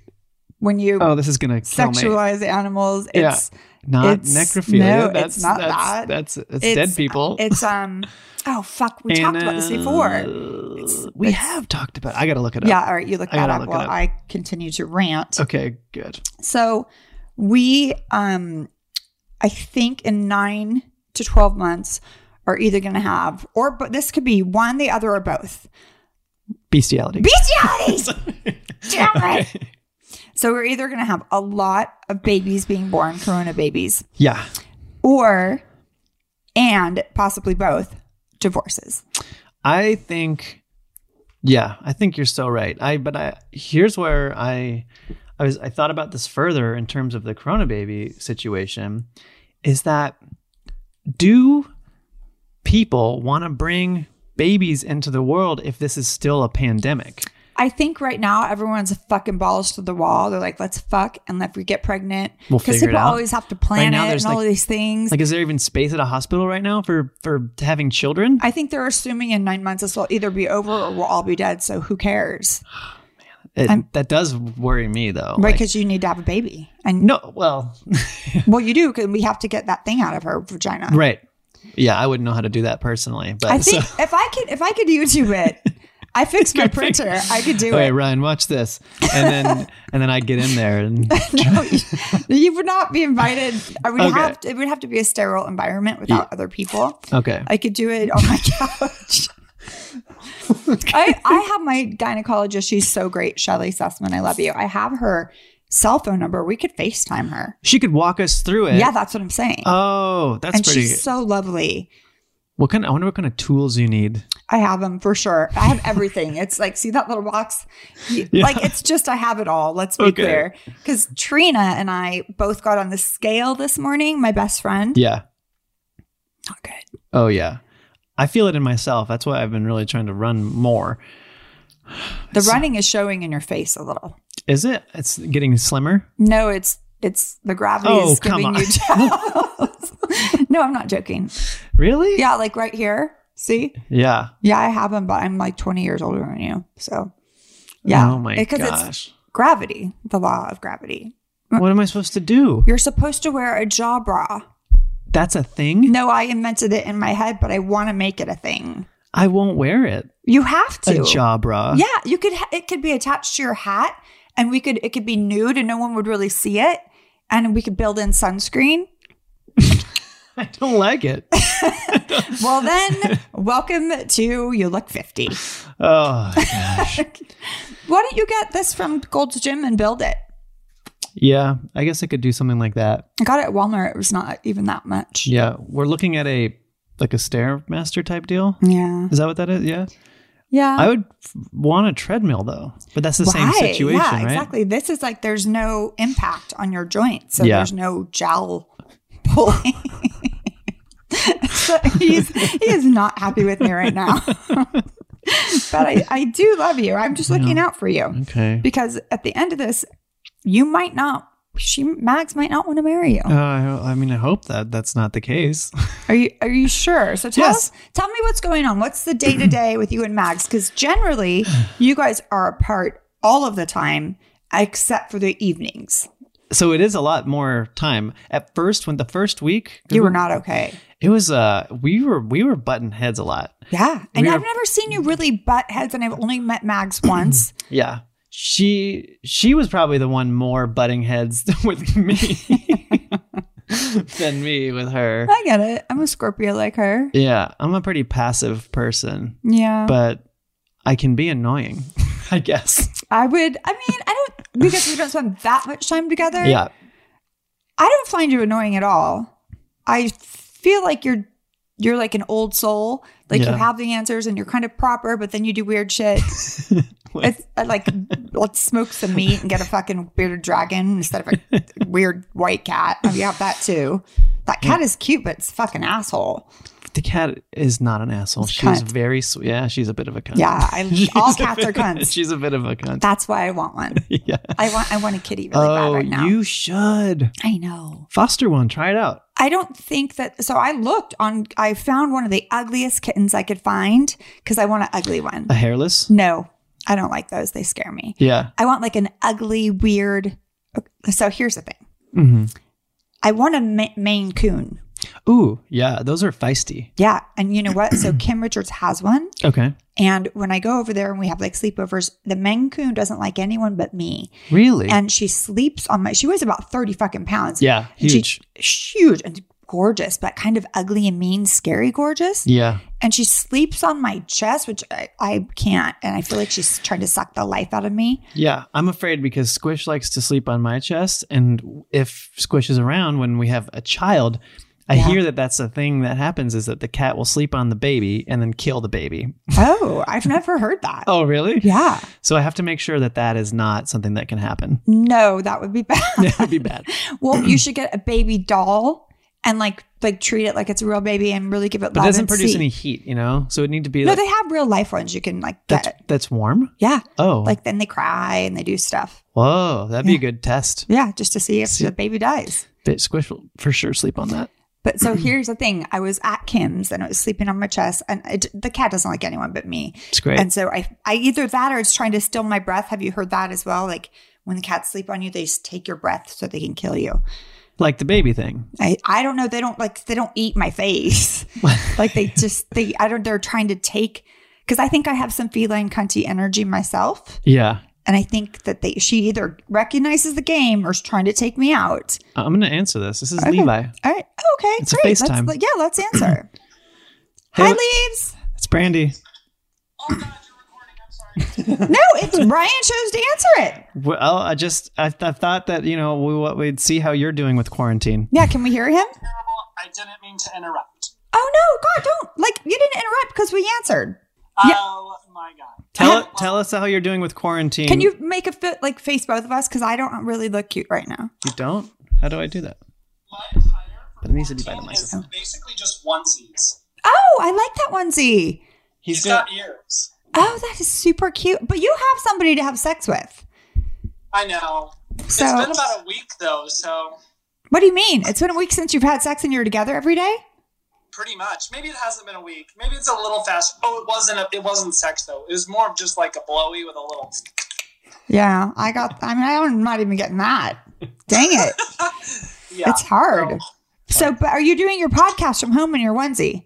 [SPEAKER 3] when you
[SPEAKER 4] Oh, this is gonna kill me.
[SPEAKER 3] sexualize animals.
[SPEAKER 4] Yeah.
[SPEAKER 3] It's
[SPEAKER 4] Not
[SPEAKER 3] it's-
[SPEAKER 4] necrophilia.
[SPEAKER 3] no, it's
[SPEAKER 4] that's,
[SPEAKER 3] not
[SPEAKER 4] that's,
[SPEAKER 3] that.
[SPEAKER 4] That's it's,
[SPEAKER 3] It's-
[SPEAKER 4] dead people.
[SPEAKER 3] it's um. Oh fuck, we talked about this
[SPEAKER 4] And,
[SPEAKER 3] before.
[SPEAKER 4] uh, we have talked about. I gotta look it up.
[SPEAKER 3] Yeah, all right, you look
[SPEAKER 4] I
[SPEAKER 3] that
[SPEAKER 4] gotta
[SPEAKER 3] up
[SPEAKER 4] look it
[SPEAKER 3] while
[SPEAKER 4] up.
[SPEAKER 3] I continue to rant.
[SPEAKER 4] Okay. Good.
[SPEAKER 3] So we, um, I think in nine to 12 months are either going to have, or, but this could be one, the other, or both.
[SPEAKER 4] Bestiality. <laughs>
[SPEAKER 3] Bestialities! Damn it! So we're either going to have a lot of babies being born, corona babies,
[SPEAKER 4] yeah.
[SPEAKER 3] or, and possibly both, divorces.
[SPEAKER 4] I think, yeah, I think you're so right. I but I here's where I, I was I thought about this further in terms of the Corona baby situation, is that do people want to bring babies into the world if this is still a pandemic?
[SPEAKER 3] I think right now everyone's fucking balls to the wall. They're like, let's fuck, and if we get pregnant,
[SPEAKER 4] We'll
[SPEAKER 3] because
[SPEAKER 4] figure it
[SPEAKER 3] people
[SPEAKER 4] out.
[SPEAKER 3] always have to plan
[SPEAKER 4] Right now
[SPEAKER 3] it and
[SPEAKER 4] there's
[SPEAKER 3] all
[SPEAKER 4] like-
[SPEAKER 3] these things.
[SPEAKER 4] Like, is there even space at a hospital right now for for having children?
[SPEAKER 3] I think they're assuming in nine months this will either be over or we'll all be dead. So who cares?
[SPEAKER 4] It- that does worry me though.
[SPEAKER 3] Right?
[SPEAKER 4] Like,
[SPEAKER 3] Because you need to have a baby, and
[SPEAKER 4] no, well,
[SPEAKER 3] well, you do. Because we have to get that thing out of her vagina.
[SPEAKER 4] right. Yeah, I wouldn't know how to do that personally, but
[SPEAKER 3] I think
[SPEAKER 4] so-
[SPEAKER 3] if I could, if I could YouTube it, I fixed
[SPEAKER 4] <laughs>
[SPEAKER 3] my printer. I could do
[SPEAKER 4] Okay,
[SPEAKER 3] it.
[SPEAKER 4] Ryan, watch this, and
[SPEAKER 3] <laughs>
[SPEAKER 4] then and then I get in there, and
[SPEAKER 3] You would not be invited. I would
[SPEAKER 4] Okay. Uh,
[SPEAKER 3] have. To, it would have to be a sterile environment without other people.
[SPEAKER 4] okay,
[SPEAKER 3] I could do it on
[SPEAKER 4] <laughs>
[SPEAKER 3] my couch. I, I have my gynecologist. She's so great, Shelley Sussman. I love you. I have her cell phone number. We could FaceTime her.
[SPEAKER 4] she could walk us through it.
[SPEAKER 3] Yeah, that's what I'm saying.
[SPEAKER 4] oh, that's
[SPEAKER 3] and
[SPEAKER 4] pretty.
[SPEAKER 3] she's so lovely.
[SPEAKER 4] what kind? I wonder what kind of tools you need.
[SPEAKER 3] I have them for sure. I have everything. it's like, see that little box?
[SPEAKER 4] <laughs>
[SPEAKER 3] You- Like, it's just, I have it all. Let's be
[SPEAKER 4] Okay.
[SPEAKER 3] clear. Because Trina and I both got on the scale this morning, my best friend.
[SPEAKER 4] Yeah.
[SPEAKER 3] Not good.
[SPEAKER 4] Oh yeah. I feel it in myself. That's why I've been really trying to run more.
[SPEAKER 3] The running is showing in your face a little.
[SPEAKER 4] Is it? It's getting slimmer.
[SPEAKER 3] No, it's, it's the gravity
[SPEAKER 4] Oh,
[SPEAKER 3] is
[SPEAKER 4] come
[SPEAKER 3] giving you <laughs> jabs. no, I'm not joking.
[SPEAKER 4] Really?
[SPEAKER 3] Yeah, like right here. See?
[SPEAKER 4] Yeah.
[SPEAKER 3] Yeah, I have them, but I'm like 20 years older than you. So, yeah.
[SPEAKER 4] Oh my
[SPEAKER 3] Because it's Mm.
[SPEAKER 4] gosh.
[SPEAKER 3] gravity, the law of gravity.
[SPEAKER 4] What am I supposed to do?
[SPEAKER 3] You're supposed to wear a jaw bra.
[SPEAKER 4] That's a thing.
[SPEAKER 3] No, I invented it in my head, but I want to make it a thing.
[SPEAKER 4] I won't wear it.
[SPEAKER 3] You have to.
[SPEAKER 4] A jaw bra.
[SPEAKER 3] Yeah, you could. ha- It could be attached to your hat, and we could. It could be nude, and no one would really see it. And we could build in sunscreen.
[SPEAKER 4] I don't like it.
[SPEAKER 3] <laughs> Well,
[SPEAKER 4] <laughs>
[SPEAKER 3] then, welcome to you look fifty.
[SPEAKER 4] Oh gosh.
[SPEAKER 3] Why don't you get this from Gold's Gym and build it?
[SPEAKER 4] yeah. I guess I could do something like that.
[SPEAKER 3] I got it at Walmart. It was not even that much.
[SPEAKER 4] Yeah, we're looking at a like a stairmaster type deal.
[SPEAKER 3] Mm-hmm. Yeah.
[SPEAKER 4] Is that what that is? Yeah.
[SPEAKER 3] Yeah.
[SPEAKER 4] I would f- want a treadmill though, but that's the same
[SPEAKER 3] Why?
[SPEAKER 4] situation,
[SPEAKER 3] yeah,
[SPEAKER 4] right?
[SPEAKER 3] Exactly. This is like there's no impact on your joints, so
[SPEAKER 4] Yeah.
[SPEAKER 3] there's no jowl pulling. <laughs> so he's he is not happy with me right now. <laughs> but I, I do love you. I'm just looking out for you
[SPEAKER 4] Okay.
[SPEAKER 3] because at the end of this, you might not. She Max might not want to marry you.
[SPEAKER 4] Uh, I I mean, I hope that that's not the case. <laughs>
[SPEAKER 3] Are you Are you sure? So tell
[SPEAKER 4] Yes.
[SPEAKER 3] us, tell me what's going on. What's the day to day with you and Max? Because generally, you guys are apart all of the time, except for the evenings.
[SPEAKER 4] so it is a lot more time. At first, when the first week,
[SPEAKER 3] You were not okay.
[SPEAKER 4] It was uh, we were we were butting heads a lot.
[SPEAKER 3] Yeah, and
[SPEAKER 4] We
[SPEAKER 3] I've
[SPEAKER 4] were-
[SPEAKER 3] <clears throat> never seen you really butt heads, and I've only met Mags once.
[SPEAKER 4] Yeah. she she was probably the one more butting heads <laughs> with me than me with her.
[SPEAKER 3] I get it. I'm a Scorpio like her.
[SPEAKER 4] Yeah, I'm a pretty passive person,
[SPEAKER 3] Yeah.
[SPEAKER 4] but I can be annoying, <laughs> I guess.
[SPEAKER 3] I would, I mean, I don't, because we don't spend that much time together.
[SPEAKER 4] Yeah.
[SPEAKER 3] I don't find you annoying at all. I feel like you're, you're like an old soul. Like you
[SPEAKER 4] Yeah.
[SPEAKER 3] have the answers and you're kind of proper, but then you do weird
[SPEAKER 4] <laughs>
[SPEAKER 3] shit. it's I like let's smoke some meat and get a fucking bearded dragon instead of a weird white cat. Oh, you have that too. That cat is cute, but it's a fucking asshole.
[SPEAKER 4] The cat is not an asshole.
[SPEAKER 3] It's a
[SPEAKER 4] She's
[SPEAKER 3] cunt.
[SPEAKER 4] very sweet. Yeah, she's a bit of a cunt.
[SPEAKER 3] Yeah,
[SPEAKER 4] <laughs>
[SPEAKER 3] I,
[SPEAKER 4] She's
[SPEAKER 3] all
[SPEAKER 4] a
[SPEAKER 3] cats
[SPEAKER 4] bit-
[SPEAKER 3] are cunts.
[SPEAKER 4] She's a bit of a cunt.
[SPEAKER 3] That's why I want one.
[SPEAKER 4] yeah.
[SPEAKER 3] I want I want a kitty really bad
[SPEAKER 4] oh,
[SPEAKER 3] right now.
[SPEAKER 4] you should
[SPEAKER 3] I know.
[SPEAKER 4] foster one. Try it out.
[SPEAKER 3] I don't think that. So I looked on. I found one of the ugliest kittens I could find because I want an ugly one.
[SPEAKER 4] A hairless.
[SPEAKER 3] No, I don't like those. They scare me.
[SPEAKER 4] Yeah.
[SPEAKER 3] I want like an ugly, weird. So here's the thing.
[SPEAKER 4] hmm
[SPEAKER 3] I want a ma- Maine Coon.
[SPEAKER 4] Ooh, yeah. Those are feisty.
[SPEAKER 3] Yeah. And you know what? So Kim Richards has one.
[SPEAKER 4] Okay.
[SPEAKER 3] And when I go over there and we have like sleepovers, the Maine Coon doesn't like anyone but me.
[SPEAKER 4] Really?
[SPEAKER 3] And she sleeps on my, she weighs about 30 fucking pounds.
[SPEAKER 4] yeah.
[SPEAKER 3] And she-
[SPEAKER 4] Huge.
[SPEAKER 3] Huge and gorgeous, but kind of ugly and mean, scary gorgeous.
[SPEAKER 4] yeah.
[SPEAKER 3] And she sleeps on my chest, which I, I can't. And I feel like she's trying to suck the life out of me.
[SPEAKER 4] Yeah. I'm afraid because Squish likes to sleep on my chest. And if Squish is around when we have a child, I
[SPEAKER 3] Yeah.
[SPEAKER 4] hear that that's the thing that happens is that the cat will sleep on the baby and then kill the baby.
[SPEAKER 3] Oh, I've never heard that.
[SPEAKER 4] Oh, really?
[SPEAKER 3] Yeah.
[SPEAKER 4] So I have to make sure that that is not something that can happen.
[SPEAKER 3] No, that would be bad.
[SPEAKER 4] That <laughs> would
[SPEAKER 3] <laughs>
[SPEAKER 4] be bad.
[SPEAKER 3] Well, you should get a baby doll and like like treat it like it's a real baby and really give it.
[SPEAKER 4] But it
[SPEAKER 3] love
[SPEAKER 4] doesn't
[SPEAKER 3] and
[SPEAKER 4] produce
[SPEAKER 3] seed.
[SPEAKER 4] any heat, you know? So it need to be
[SPEAKER 3] No,
[SPEAKER 4] like
[SPEAKER 3] they have real life ones you can like get.
[SPEAKER 4] that's, that's warm.
[SPEAKER 3] Yeah,
[SPEAKER 4] Oh,
[SPEAKER 3] like then they cry and they do stuff.
[SPEAKER 4] whoa, that'd be a good test.
[SPEAKER 3] Yeah, just to see if
[SPEAKER 4] See-
[SPEAKER 3] the baby dies.
[SPEAKER 4] Bit Squish will for sure sleep on that.
[SPEAKER 3] But
[SPEAKER 4] <clears throat>
[SPEAKER 3] so here's the thing: I was at Kim's and it was sleeping on my chest, and it, the cat doesn't like anyone but me.
[SPEAKER 4] It's great.
[SPEAKER 3] And so I, I either that or it's trying to still my breath. Have you heard that as well? Like when the cats sleep on you, they just take your breath so they can kill you.
[SPEAKER 4] like the baby thing.
[SPEAKER 3] I, I don't know. They don't like they don't eat my
[SPEAKER 4] <laughs>
[SPEAKER 3] face. like they just they I don't they're trying to take because I think I have some feline cunty energy myself.
[SPEAKER 4] Yeah.
[SPEAKER 3] And I think that they she either recognizes the game or is trying to take me out.
[SPEAKER 4] I'm going to answer this. This is Levi.
[SPEAKER 3] All right. Oh, okay.
[SPEAKER 4] It's a
[SPEAKER 3] great.
[SPEAKER 4] FaceTime.
[SPEAKER 3] Let's, yeah,
[SPEAKER 4] <clears throat>
[SPEAKER 3] let's answer.
[SPEAKER 4] Hey,
[SPEAKER 3] Hi
[SPEAKER 4] what-
[SPEAKER 3] leaves.
[SPEAKER 4] It's Brandy.
[SPEAKER 3] No,
[SPEAKER 4] <laughs>
[SPEAKER 3] it's Ryan chose to answer it.
[SPEAKER 4] Well, I just I, I thought that you know we what we'd see how you're doing
[SPEAKER 3] <laughs>
[SPEAKER 4] with quarantine.
[SPEAKER 3] Yeah, can we hear him?
[SPEAKER 2] terrible. I didn't mean to interrupt.
[SPEAKER 3] Oh no, God, don't like you didn't interrupt because we answered. Yeah.
[SPEAKER 2] Oh my god.
[SPEAKER 4] Tell tell us how you're doing with quarantine.
[SPEAKER 3] Can you make a fit like face both of us? Because I don't really look cute right now.
[SPEAKER 4] You don't. How do I do that?
[SPEAKER 2] My attire for
[SPEAKER 4] But it needs to be by the
[SPEAKER 2] quarantine is
[SPEAKER 4] microphone.
[SPEAKER 2] Basically, just onesies.
[SPEAKER 3] Oh, I like that onesie.
[SPEAKER 2] He's
[SPEAKER 4] He's good.
[SPEAKER 2] got ears.
[SPEAKER 3] Oh, that is super cute. But you have somebody to have sex with.
[SPEAKER 2] I know.
[SPEAKER 3] So,
[SPEAKER 2] it's been about a week though, so
[SPEAKER 3] what do you mean? It's been a week since you've had sex and you're together every day?
[SPEAKER 2] pretty much. Maybe it hasn't been a week. Maybe it's a little fast. Oh, it wasn't. A, it wasn't sex though. It was more of just like a blowy with a little.
[SPEAKER 3] Yeah, I got, I mean, I'm not even getting that. Dang
[SPEAKER 4] <laughs>
[SPEAKER 3] it.
[SPEAKER 2] Yeah.
[SPEAKER 3] It's hard. So, but are you doing your podcast from home in your onesie?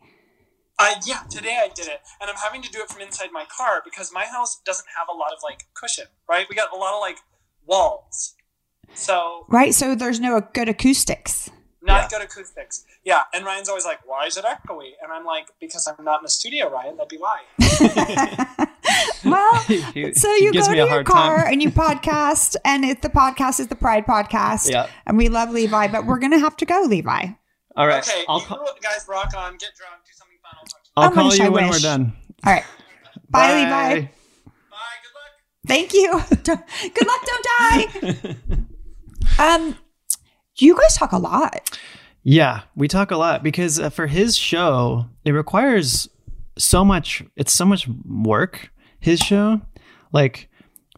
[SPEAKER 2] I yeah. Today I did it, and I'm having to do it from inside my car because my house doesn't have a lot of like cushion. Right. We got a lot of like walls. So
[SPEAKER 3] Right. So there's no good acoustics.
[SPEAKER 2] not good acoustics. Yeah, and Ryan's always like, "Why is it echoey?" And I'm like, "Because I'm not in the studio, Ryan. That'd be lying."
[SPEAKER 4] <laughs>
[SPEAKER 3] Well,
[SPEAKER 4] He-
[SPEAKER 3] so
[SPEAKER 4] he
[SPEAKER 3] you go
[SPEAKER 4] gives
[SPEAKER 3] to
[SPEAKER 4] me a
[SPEAKER 3] your
[SPEAKER 4] hard
[SPEAKER 3] car
[SPEAKER 4] time. <laughs>
[SPEAKER 3] and you podcast, and it's the podcast is the Pride Podcast.
[SPEAKER 4] Yeah.
[SPEAKER 3] And we love Levi, but we're gonna have to go, Levi.
[SPEAKER 4] All right.
[SPEAKER 2] Okay,
[SPEAKER 4] I'll
[SPEAKER 2] you
[SPEAKER 4] call,
[SPEAKER 2] guys rock on, get drunk, do something fun. I'll talk to
[SPEAKER 4] I'll
[SPEAKER 3] How
[SPEAKER 4] call
[SPEAKER 3] much
[SPEAKER 4] you
[SPEAKER 3] I
[SPEAKER 4] when
[SPEAKER 3] wish.
[SPEAKER 4] we're done.
[SPEAKER 3] All right. Bye, Levi.
[SPEAKER 2] you. Bye. Good luck.
[SPEAKER 3] Thank you. <laughs> Don't- Good luck. Don't die.
[SPEAKER 4] <laughs>
[SPEAKER 3] um, you guys talk a lot.
[SPEAKER 4] Yeah, we talk a lot because uh, for his show, it requires so much. It's so much work. His show, like,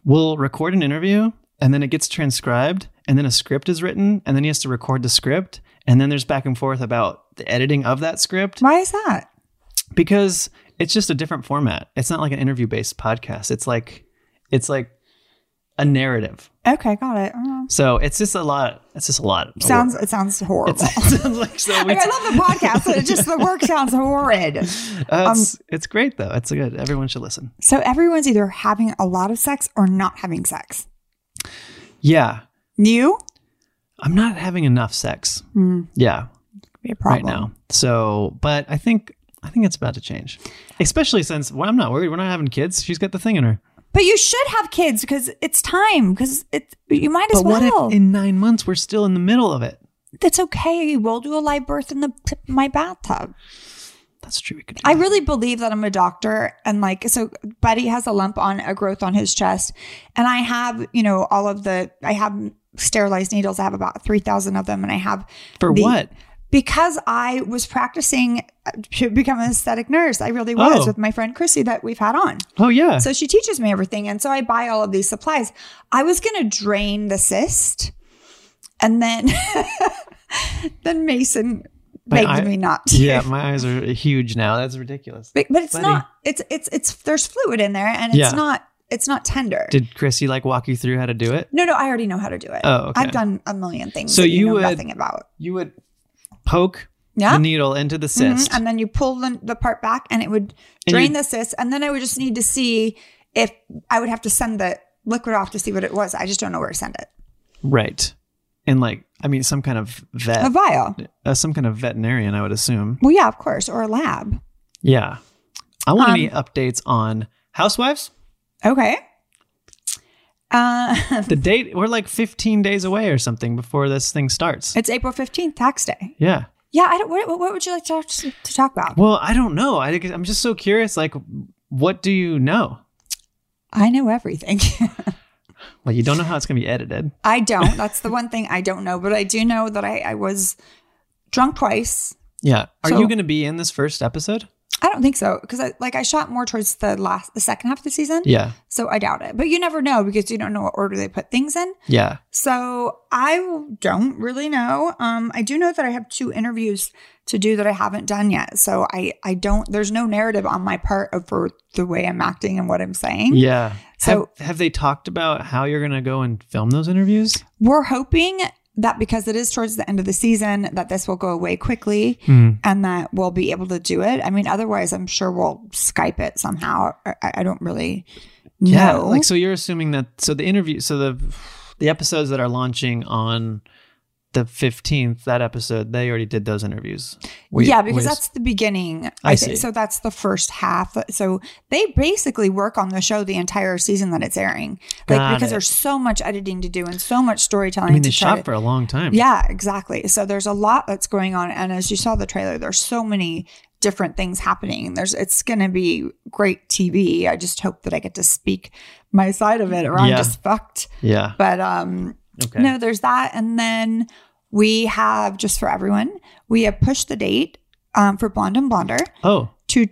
[SPEAKER 4] we'll record an interview and then it gets transcribed and then a script is written and then he has to record the script and then there's back and forth about the editing of that script
[SPEAKER 3] Why is that?
[SPEAKER 4] because it's just a different format. It's not like an interview based podcast. It's like it's like a narrative.
[SPEAKER 3] Okay, got it. Uh,
[SPEAKER 4] So it's just a lot. It's just a lot. of
[SPEAKER 3] sounds
[SPEAKER 4] work.
[SPEAKER 3] it sounds horrible.
[SPEAKER 4] It's, <laughs> it sounds like so. We
[SPEAKER 3] <laughs> Like, I love the podcast, but it just the work sounds horrid.
[SPEAKER 4] uh, it's, it's great though. It's good. Everyone should listen.
[SPEAKER 3] So everyone's either having a lot of sex or not having sex.
[SPEAKER 4] Yeah,
[SPEAKER 3] You
[SPEAKER 4] I'm not having enough sex. Yeah,
[SPEAKER 3] be a Hmm. problem
[SPEAKER 4] right now. So, but I think I think it's about to change, especially since well, I'm not worried. We're not having kids. She's got the thing in her.
[SPEAKER 3] But you should have kids because it's time. Because it you might as
[SPEAKER 4] But what
[SPEAKER 3] well.
[SPEAKER 4] if in nine months we're still in the middle of it?
[SPEAKER 3] That's okay. We'll do a live birth in the my bathtub.
[SPEAKER 4] That's true. We could. do
[SPEAKER 3] I
[SPEAKER 4] that.
[SPEAKER 3] really believe that I'm a doctor. And like, so Buddy has a lump on a growth on his chest. And I have, you know, all of the, I have sterilized needles. I have about 3,000 of them. And I have.
[SPEAKER 4] for
[SPEAKER 3] the-
[SPEAKER 4] what?
[SPEAKER 3] Because I was practicing to become an aesthetic nurse. I really was
[SPEAKER 4] Oh.
[SPEAKER 3] with my friend Chrissy that we've had on.
[SPEAKER 4] Oh yeah.
[SPEAKER 3] So she teaches me everything. And so I buy all of these supplies. I was going to drain the cyst. And then, <laughs> then Mason begged
[SPEAKER 4] I-
[SPEAKER 3] me not to.
[SPEAKER 4] yeah, my eyes are huge now. That's ridiculous.
[SPEAKER 3] But, but it's
[SPEAKER 4] Plenty.
[SPEAKER 3] not. It's it's it's there's fluid in there, and it's
[SPEAKER 4] Yeah.
[SPEAKER 3] not it's not tender.
[SPEAKER 4] Did Chrissy like walk you through how to do it?
[SPEAKER 3] no, no, I already know how to do it.
[SPEAKER 4] Oh, okay.
[SPEAKER 3] I've done a million things.
[SPEAKER 4] So
[SPEAKER 3] that you,
[SPEAKER 4] you
[SPEAKER 3] know
[SPEAKER 4] would-
[SPEAKER 3] nothing about.
[SPEAKER 4] You would poke
[SPEAKER 3] Yeah.
[SPEAKER 4] the needle into the
[SPEAKER 3] Mhm.
[SPEAKER 4] cyst.
[SPEAKER 3] And then you pull the, the part back, and it would
[SPEAKER 4] And
[SPEAKER 3] drain
[SPEAKER 4] you-
[SPEAKER 3] the cyst, and then I would just need to see if I would have to send the liquid off to see what it was. I just don't know where to send it.
[SPEAKER 4] Right. And like, I mean, some kind of
[SPEAKER 3] A
[SPEAKER 4] vet,
[SPEAKER 3] vial.
[SPEAKER 4] uh, some kind of veterinarian, I would assume.
[SPEAKER 3] Well, yeah, of course, or a lab.
[SPEAKER 4] Yeah. I want any
[SPEAKER 3] Um,
[SPEAKER 4] updates on housewives.
[SPEAKER 3] Okay. Uh, <laughs>
[SPEAKER 4] The date, we're like 15 days away or something before this thing starts.
[SPEAKER 3] it's April fifteenth, tax day.
[SPEAKER 4] yeah.
[SPEAKER 3] Yeah, I don't. What, what would you like to talk, to talk about?
[SPEAKER 4] Well, I don't know. I, I'm just so curious. Like, what do you know?
[SPEAKER 3] I know everything. <laughs>
[SPEAKER 4] Well, you don't know how it's going to be edited.
[SPEAKER 3] I don't. That's the one thing I don't know, but I do know that I, I was drunk twice.
[SPEAKER 4] Yeah. Are
[SPEAKER 3] So-
[SPEAKER 4] you going to be in this first episode?
[SPEAKER 3] I don't think so because I like I shot more towards the last the second half of the season,
[SPEAKER 4] Yeah.
[SPEAKER 3] so I doubt it. But you never know because you don't know what order they put things in.
[SPEAKER 4] Yeah.
[SPEAKER 3] So I don't really know. Um, I do know that I have two interviews to do that I haven't done yet. So I I don't. There's no narrative on my part of for the way I'm acting and what I'm saying.
[SPEAKER 4] Yeah.
[SPEAKER 3] So-
[SPEAKER 4] have, have they talked about how you're going to go and film those interviews?
[SPEAKER 3] We're hoping that because it is towards the end of the season that this will go away quickly.
[SPEAKER 4] Hmm. Mm.
[SPEAKER 3] and that we'll be able to do it. I mean, otherwise, I'm sure we'll Skype it somehow. I, I don't really know.
[SPEAKER 4] Yeah. Like, so you're assuming that, so the interview, so the, the episodes that are launching on the 15th, that episode, they already did those interviews. We-
[SPEAKER 3] yeah, because
[SPEAKER 4] we-
[SPEAKER 3] that's the beginning.
[SPEAKER 4] I
[SPEAKER 3] thi-
[SPEAKER 4] see.
[SPEAKER 3] So that's the first half. So they basically work on the show the entire season that it's airing, like
[SPEAKER 4] Got
[SPEAKER 3] because
[SPEAKER 4] it.
[SPEAKER 3] there's so much editing to do and so much storytelling.
[SPEAKER 4] I mean, they
[SPEAKER 3] to try
[SPEAKER 4] shot
[SPEAKER 3] to-
[SPEAKER 4] for a long time.
[SPEAKER 3] Yeah, exactly. So there's a lot that's going on, and as you saw the trailer, there's so many different things happening. There's it's going to be great TV. I just hope that I get to speak my side of it, or I'm
[SPEAKER 4] Yeah.
[SPEAKER 3] just fucked.
[SPEAKER 4] Yeah.
[SPEAKER 3] But um,
[SPEAKER 4] Okay.
[SPEAKER 3] no, there's that, and then we have just for everyone, we have pushed the date um, for Blonde and Blonder
[SPEAKER 4] Oh,
[SPEAKER 3] to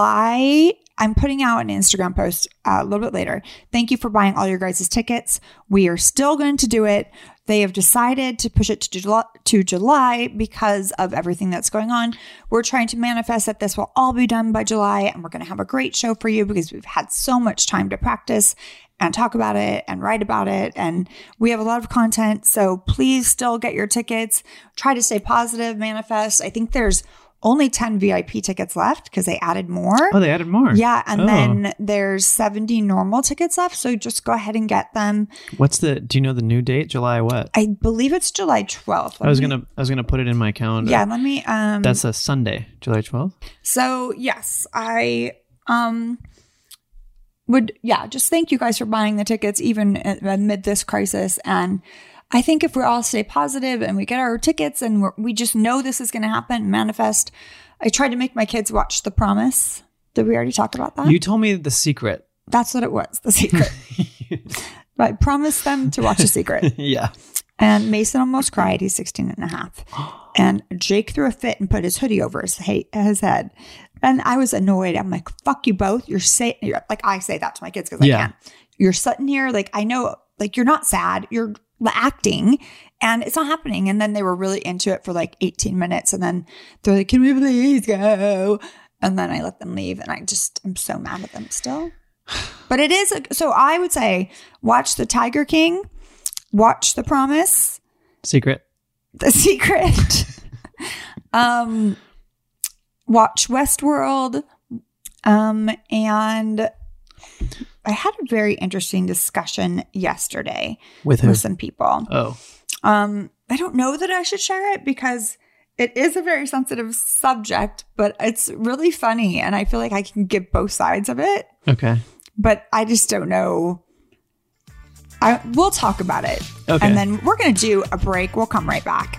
[SPEAKER 3] July. I'm putting out an Instagram post uh, a little bit later. Thank you for buying all your guys' tickets. We are still going to do it. They have decided to push it to July, to July because of everything that's going on. We're trying to manifest that this will all be done by July and we're going to have a great show for you because we've had so much time to practice and talk about it and write about it. And we have a lot of content. So please still get your tickets. Try to stay positive, manifest. I think there's only 10 VIP tickets left because they added more.
[SPEAKER 4] oh, they added more.
[SPEAKER 3] Yeah. And
[SPEAKER 4] Oh.
[SPEAKER 3] then there's 70 normal tickets left. So just go ahead and get them.
[SPEAKER 4] What's the? Do you know the new date? July what?
[SPEAKER 3] I believe it's July 12th.
[SPEAKER 4] I was gonna. I was gonna put it in my calendar.
[SPEAKER 3] Yeah. Let me. Um,
[SPEAKER 4] That's a Sunday, July twelfth.
[SPEAKER 3] So yes, I um would yeah, just thank you guys for buying the tickets even amid this crisis and I think if we all stay positive and we get our tickets and we're, we just know this is going to happen, manifest. I tried to make my kids watch The Promise. Did we already talk about that?
[SPEAKER 4] You told me
[SPEAKER 3] <laughs>
[SPEAKER 4] the secret.
[SPEAKER 3] That's what it was, The Secret. I promised them to watch The Secret.
[SPEAKER 4] yeah.
[SPEAKER 3] And Mason almost cried. He's 16 and a half. And Jake threw a fit and put his hoodie over his, he- his head. And I was annoyed. I'm like, fuck you both. You're saying, like, I say that to my kids because
[SPEAKER 4] Yeah.
[SPEAKER 3] I can't. You're sitting here, like, I know, like, you're not sad. You're acting and it's not happening. And then they were really into it for like 18 minutes. And then they're like, can we please go? And then I let them leave. And I just, I'm so mad at them still. <sighs> But it is a- so I would say watch The Tiger King, watch The Promise,
[SPEAKER 4] Secret.
[SPEAKER 3] The <laughs> Secret. um watch Westworld um and I had a very interesting discussion yesterday
[SPEAKER 4] With who?
[SPEAKER 3] with some people.
[SPEAKER 4] Oh,
[SPEAKER 3] Um, I don't know that I should share it because it is a very sensitive subject, but it's really funny and I feel like I can give both sides of it,
[SPEAKER 4] okay.
[SPEAKER 3] but I just don't know. I we'll talk about it.
[SPEAKER 4] Okay.
[SPEAKER 3] And then we're gonna do a break. We'll come right back.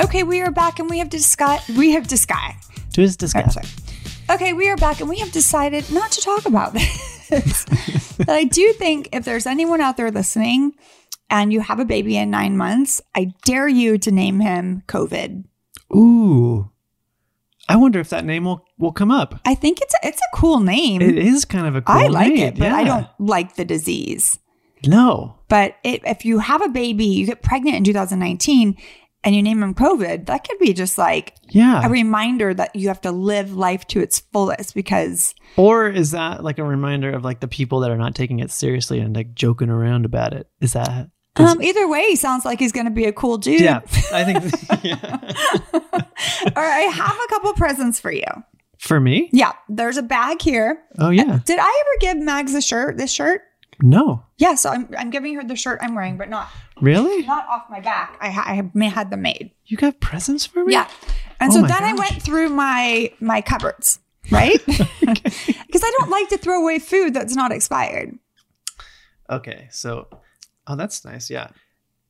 [SPEAKER 3] Okay, we are back and we have discussed we have discussed.
[SPEAKER 4] To his disgust.
[SPEAKER 3] Sorry. Okay, we are back and we have decided not to talk about <laughs> this. but I do think if there's anyone out there listening and you have a baby in nine months, I dare you to name him COVID.
[SPEAKER 4] Ooh. I wonder if that name will, will come up.
[SPEAKER 3] I think it's a, it's a cool name.
[SPEAKER 4] It is kind of a cool
[SPEAKER 3] I like
[SPEAKER 4] name,
[SPEAKER 3] it, but I
[SPEAKER 4] yeah.
[SPEAKER 3] don't like the disease.
[SPEAKER 4] No.
[SPEAKER 3] But it, if you have a baby, you get pregnant in 2019 and you name him COVID, that could be just like
[SPEAKER 4] Yeah.
[SPEAKER 3] a reminder that you have to live life to its fullest because
[SPEAKER 4] or is that like a reminder of like the people that are not taking it seriously and like joking around about it? Is that Does-
[SPEAKER 3] um, either way, he sounds like he's going to be a cool dude.
[SPEAKER 4] Yeah. I think <laughs> yeah.
[SPEAKER 3] <laughs> All right, I have a couple presents for you.
[SPEAKER 4] For me?
[SPEAKER 3] Yeah, there's a bag here. Uh,
[SPEAKER 4] Oh yeah.
[SPEAKER 3] Did I ever give Mags a shirt? This shirt?
[SPEAKER 4] No.
[SPEAKER 3] Yeah, so I'm, I'm giving her the shirt I'm wearing, but not
[SPEAKER 4] Really?
[SPEAKER 3] not off my back. I ha- I have- ma- had them made.
[SPEAKER 4] You got presents for me?
[SPEAKER 3] Yeah, and
[SPEAKER 4] Oh
[SPEAKER 3] so
[SPEAKER 4] my
[SPEAKER 3] then I
[SPEAKER 4] gosh.
[SPEAKER 3] went through my my cupboards,
[SPEAKER 4] <laughs>
[SPEAKER 3] right? <laughs> Because I don't like to throw away food that's not expired.
[SPEAKER 4] Okay. So oh that's nice. Yeah.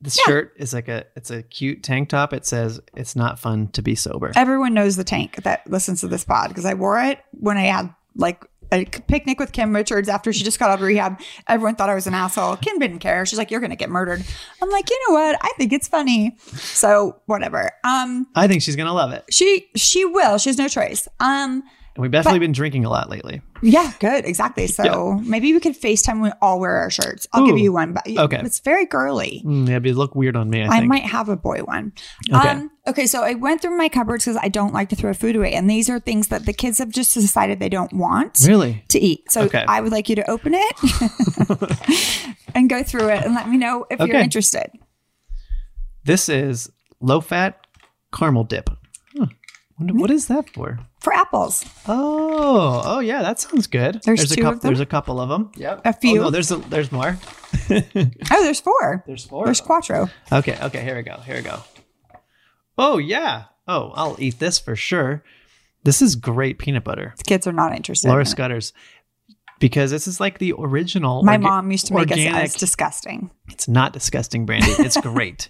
[SPEAKER 4] This shirt is like a it's a cute tank top. It says it's not fun to be sober.
[SPEAKER 3] Everyone knows the tank that listens to this pod because I wore it when I had like a picnic with Kim Richards after she just got out of rehab. Everyone thought I was an asshole. Kim didn't care. She's like, "You're gonna get murdered." I'm like, you know what? I think it's funny. So whatever. Um,
[SPEAKER 4] I think she's gonna love it.
[SPEAKER 3] she she will. She has no choice. Um,
[SPEAKER 4] And we've definitely been drinking a lot lately.
[SPEAKER 3] yeah, good, exactly. So maybe we could Facetime. We all wear our shirts. I'll give
[SPEAKER 4] Ooh.
[SPEAKER 3] you one, but
[SPEAKER 4] Okay.
[SPEAKER 3] it's very girly.
[SPEAKER 4] Mm, that'd be look weird on me, I
[SPEAKER 3] I,
[SPEAKER 4] think.
[SPEAKER 3] might have a boy one.
[SPEAKER 4] Okay.
[SPEAKER 3] Um, okay, so I went through my cupboards because I don't like to throw food away, and these are things that the kids have just decided they don't want
[SPEAKER 4] Really?
[SPEAKER 3] to eat. So
[SPEAKER 4] Okay.
[SPEAKER 3] I would like you to open
[SPEAKER 4] <laughs>
[SPEAKER 3] it and go through it and let me know if you're
[SPEAKER 4] Okay.
[SPEAKER 3] interested.
[SPEAKER 4] This is low fat caramel dip. Huh. Wonder, what is that for?
[SPEAKER 3] For apples,
[SPEAKER 4] Oh, oh yeah, that sounds good.
[SPEAKER 3] There's
[SPEAKER 4] a
[SPEAKER 3] two
[SPEAKER 4] couple.
[SPEAKER 3] of them?
[SPEAKER 4] There's a couple of them. Yep.
[SPEAKER 3] a few.
[SPEAKER 4] Oh no,
[SPEAKER 3] Oh,
[SPEAKER 4] there's a, there's more.
[SPEAKER 3] there's four.
[SPEAKER 4] There's four.
[SPEAKER 3] There's quattro.
[SPEAKER 4] okay, okay, here we go. Here we go. Oh yeah. Oh, I'll eat this for sure. This is great peanut butter.
[SPEAKER 3] Kids are not interested.
[SPEAKER 4] Laura
[SPEAKER 3] in it.
[SPEAKER 4] Scudder's. Because this is like the original.
[SPEAKER 3] My
[SPEAKER 4] orga-
[SPEAKER 3] mom used to make us.
[SPEAKER 4] organic-
[SPEAKER 3] It's disgusting.
[SPEAKER 4] It's not disgusting, Brandy. It's
[SPEAKER 3] <laughs>
[SPEAKER 4] great.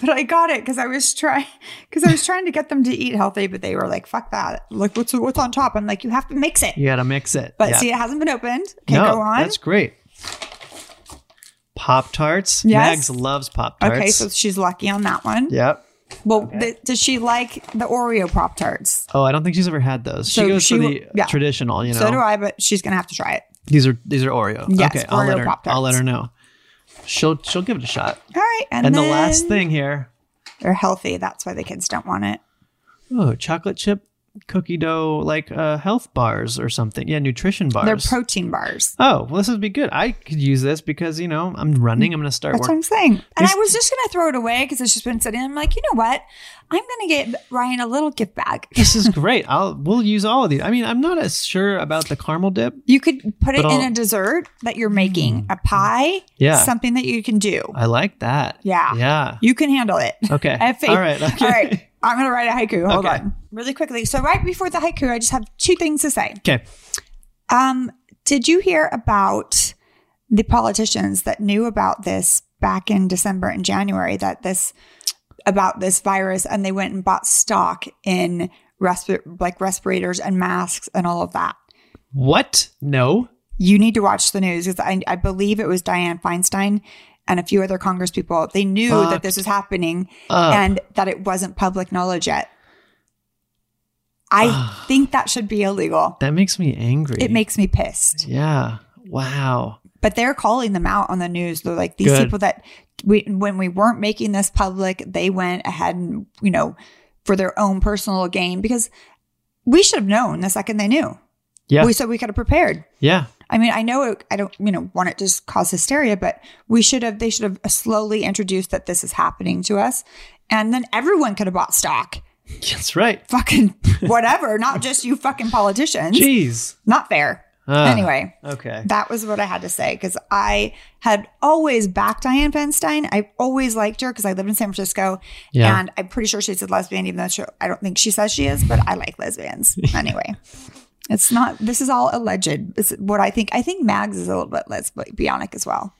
[SPEAKER 3] But I got it because I was trying because I was trying to get them to eat healthy, but they were like, "Fuck that! Like, what's what's on top?" I'm like, "You have to mix it."
[SPEAKER 4] you got to mix it.
[SPEAKER 3] But
[SPEAKER 4] Yeah.
[SPEAKER 3] see, it hasn't been opened. Okay,
[SPEAKER 4] no,
[SPEAKER 3] go on.
[SPEAKER 4] that's great. Pop tarts.
[SPEAKER 3] Yes.
[SPEAKER 4] Mags loves pop tarts.
[SPEAKER 3] Okay, so she's lucky on that one.
[SPEAKER 4] yep.
[SPEAKER 3] Well, th- does she like the Oreo Pop Tarts?
[SPEAKER 4] Oh, I don't think she's ever had those.
[SPEAKER 3] So
[SPEAKER 4] she goes
[SPEAKER 3] she
[SPEAKER 4] for
[SPEAKER 3] w-
[SPEAKER 4] the
[SPEAKER 3] yeah.
[SPEAKER 4] traditional. You know.
[SPEAKER 3] So do I, but she's gonna have to try it.
[SPEAKER 4] These are these are Oreo.
[SPEAKER 3] Yes,
[SPEAKER 4] okay, I'll
[SPEAKER 3] Oreo
[SPEAKER 4] let her.
[SPEAKER 3] Pop-Tarts.
[SPEAKER 4] I'll let her know. She'll she'll give it a shot.
[SPEAKER 3] All right, and,
[SPEAKER 4] And, the last
[SPEAKER 3] then
[SPEAKER 4] thing here,
[SPEAKER 3] they're healthy. That's why the kids don't want it.
[SPEAKER 4] oh, chocolate chip cookie dough like uh, health bars or something. Yeah, nutrition bars.
[SPEAKER 3] They're protein bars.
[SPEAKER 4] oh, well, this would be good. I could use this because you know I'm running. I'm gonna start
[SPEAKER 3] That's what
[SPEAKER 4] working.
[SPEAKER 3] I'm saying. And I was just going to throw it away because it's just been sitting. I'm like, you know what? I'm going to get Ryan a little gift bag.
[SPEAKER 4] This is great. I'll we'll use all of these. I mean, I'm not as sure about the caramel dip.
[SPEAKER 3] You could put it
[SPEAKER 4] But
[SPEAKER 3] in
[SPEAKER 4] I'll- Mm.
[SPEAKER 3] a dessert that you're making, a pie,
[SPEAKER 4] Yeah.
[SPEAKER 3] something that you can do.
[SPEAKER 4] I like that.
[SPEAKER 3] Yeah.
[SPEAKER 4] Yeah.
[SPEAKER 3] You can handle it. <laughs>
[SPEAKER 4] Okay.
[SPEAKER 3] I have faith.
[SPEAKER 4] All right. Okay.
[SPEAKER 3] All right. I'm going to write a haiku. Hold
[SPEAKER 4] Okay.
[SPEAKER 3] on. Really quickly. So, right before the haiku, I just have two things to say.
[SPEAKER 4] Okay.
[SPEAKER 3] Um, did you hear about the politicians that knew about this back in December and January that this about this virus and they went and bought stock in respi- like respirators and masks and all of that?
[SPEAKER 4] What? No.
[SPEAKER 3] You need to watch the news because I, I believe it was Diane Feinstein and a few other Congress people. They knew that this was happening
[SPEAKER 4] Up.
[SPEAKER 3] and that it wasn't public knowledge yet.
[SPEAKER 4] Ah.
[SPEAKER 3] I think that should be illegal.
[SPEAKER 4] that makes me angry.
[SPEAKER 3] It makes me pissed.
[SPEAKER 4] Yeah. Wow.
[SPEAKER 3] but they're calling them out on the news. They're like these
[SPEAKER 4] Good.
[SPEAKER 3] people that we when we weren't making this public, they went ahead and you know for their own personal gain because we should have known the second they knew.
[SPEAKER 4] Yeah.
[SPEAKER 3] We so we could have prepared.
[SPEAKER 4] yeah.
[SPEAKER 3] I mean, I know it, I don't you know want it to just cause hysteria, but we should have they should have slowly introduced that this is happening to us, and then everyone could have bought stock.
[SPEAKER 4] That's right. <laughs>
[SPEAKER 3] Fucking whatever, not just you fucking politicians.
[SPEAKER 4] Jeez.
[SPEAKER 3] Not fair.
[SPEAKER 4] Ah.
[SPEAKER 3] anyway,
[SPEAKER 4] Okay.
[SPEAKER 3] that was what I had to say because I had always backed Diane Feinstein. I've always liked her because I lived in San Francisco,
[SPEAKER 4] Yeah.
[SPEAKER 3] and I'm pretty sure she's a lesbian, even though she, I don't think she says she is. But I like
[SPEAKER 4] <laughs>
[SPEAKER 3] lesbians anyway. It's not. This is all alleged. It's what I think. I think Mags is a little bit lesbianic as well.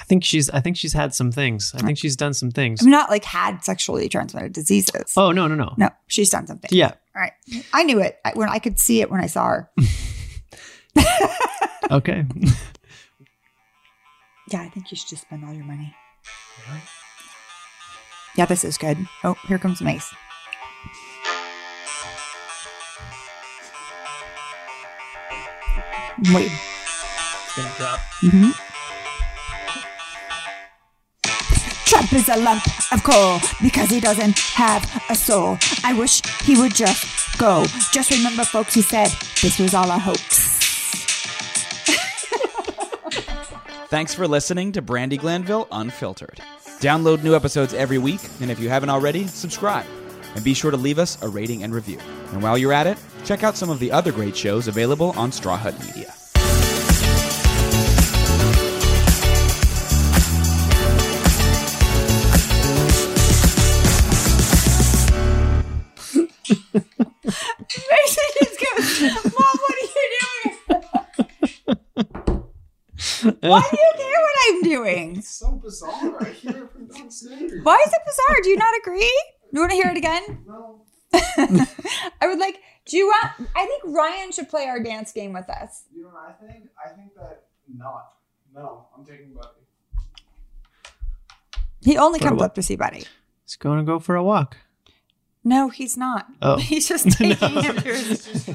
[SPEAKER 4] I think she's. I think she's had some things. I think she's done some things.
[SPEAKER 3] I'm not like had sexually transmitted diseases.
[SPEAKER 4] Oh no no no.
[SPEAKER 3] No, she's done something.
[SPEAKER 4] Yeah.
[SPEAKER 3] All right. I knew it I, when I could see it when I saw her.
[SPEAKER 4] Okay. <laughs>
[SPEAKER 3] Yeah, I think you should just spend all your money. Yeah, this is good. Oh, here comes Mace. Wait. Mm-hmm. Trump is a lump of coal because he doesn't have a soul. I wish he would just go. Just remember, folks, he said this was all a hoax.
[SPEAKER 5] Thanks for listening to Brandy Glanville Unfiltered. Download new episodes every week, and if you haven't already, subscribe. And be sure to leave us a rating and review. And while you're at it, check out some of the other great shows available on Straw Hut Media.
[SPEAKER 3] Mason just goes, Mom, what are you doing? <laughs> Why do you care what I'm doing? It's so bizarre. I hear it from downstairs. Why is it bizarre? Do you not agree? You want to hear it again? No. <laughs> I would like, do you want, I think Ryan should play our dance game with us.
[SPEAKER 6] You know what I think? I think that not. No, I'm taking Buddy.
[SPEAKER 3] He only comes up to see Buddy.
[SPEAKER 4] He's going to go for a walk.
[SPEAKER 3] No, he's not.
[SPEAKER 4] Oh.
[SPEAKER 3] <laughs> He's just taking him to <laughs> his.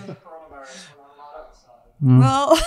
[SPEAKER 3] Well, <laughs>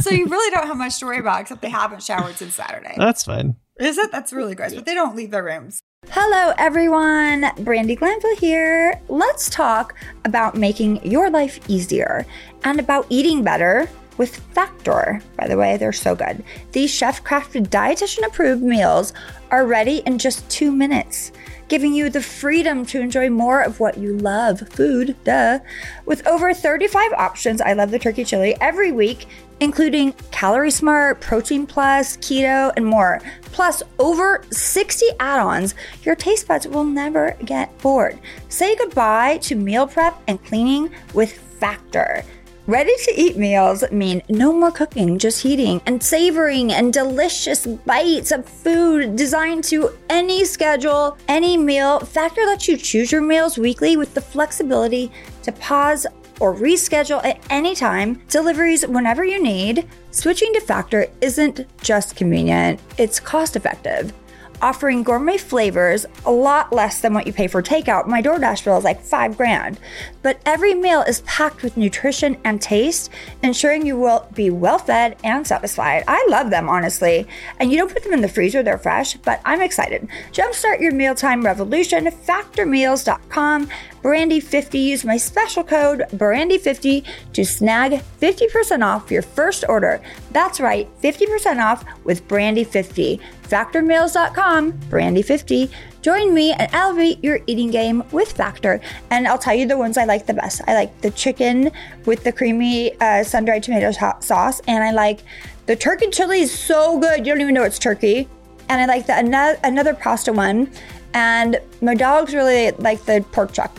[SPEAKER 3] so you really don't have much to worry about, except they haven't showered since Saturday.
[SPEAKER 4] That's fine.
[SPEAKER 3] Is it? That's really gross, but they don't leave their rooms. Hello, everyone. Brandy Glanville here. Let's talk about making your life easier and about eating better with Factor. By the way, they're so good. These chef crafted, dietitian approved meals are ready in just two minutes, giving you the freedom to enjoy more of what you love food, duh. With over 35 options, I love the turkey chili every week including Calorie Smart, Protein Plus, Keto, and more. Plus, over 60 add ons, your taste buds will never get bored. Say goodbye to meal prep and cleaning with Factor. Ready to eat meals mean no more cooking, just heating and savoring and delicious bites of food designed to any schedule, any meal. Factor lets you choose your meals weekly with the flexibility to pause or reschedule at any time, deliveries whenever you need. Switching to Factor isn't just convenient, it's cost effective.
[SPEAKER 7] offering gourmet flavors a lot less than what you pay for takeout. My DoorDash bill is like five grand. But every meal is packed with nutrition and taste, ensuring you will be well fed and satisfied. I love them, honestly. And you don't put them in the freezer, they're fresh, but I'm excited. Jumpstart your mealtime revolution. Factormeals.com. Brandy50. Use my special code Brandy50 to snag 50% off your first order. That's right, 50% off with Brandy50. FactorMeals.com, Brandy50. Join me and elevate your eating game with Factor. And I'll tell you the ones I like the best. I like the chicken with the creamy uh, sun dried tomato so- sauce, and I like the turkey chili is so good. You don't even know it's turkey. And I like the another, another pasta one. And my dogs really like the pork chop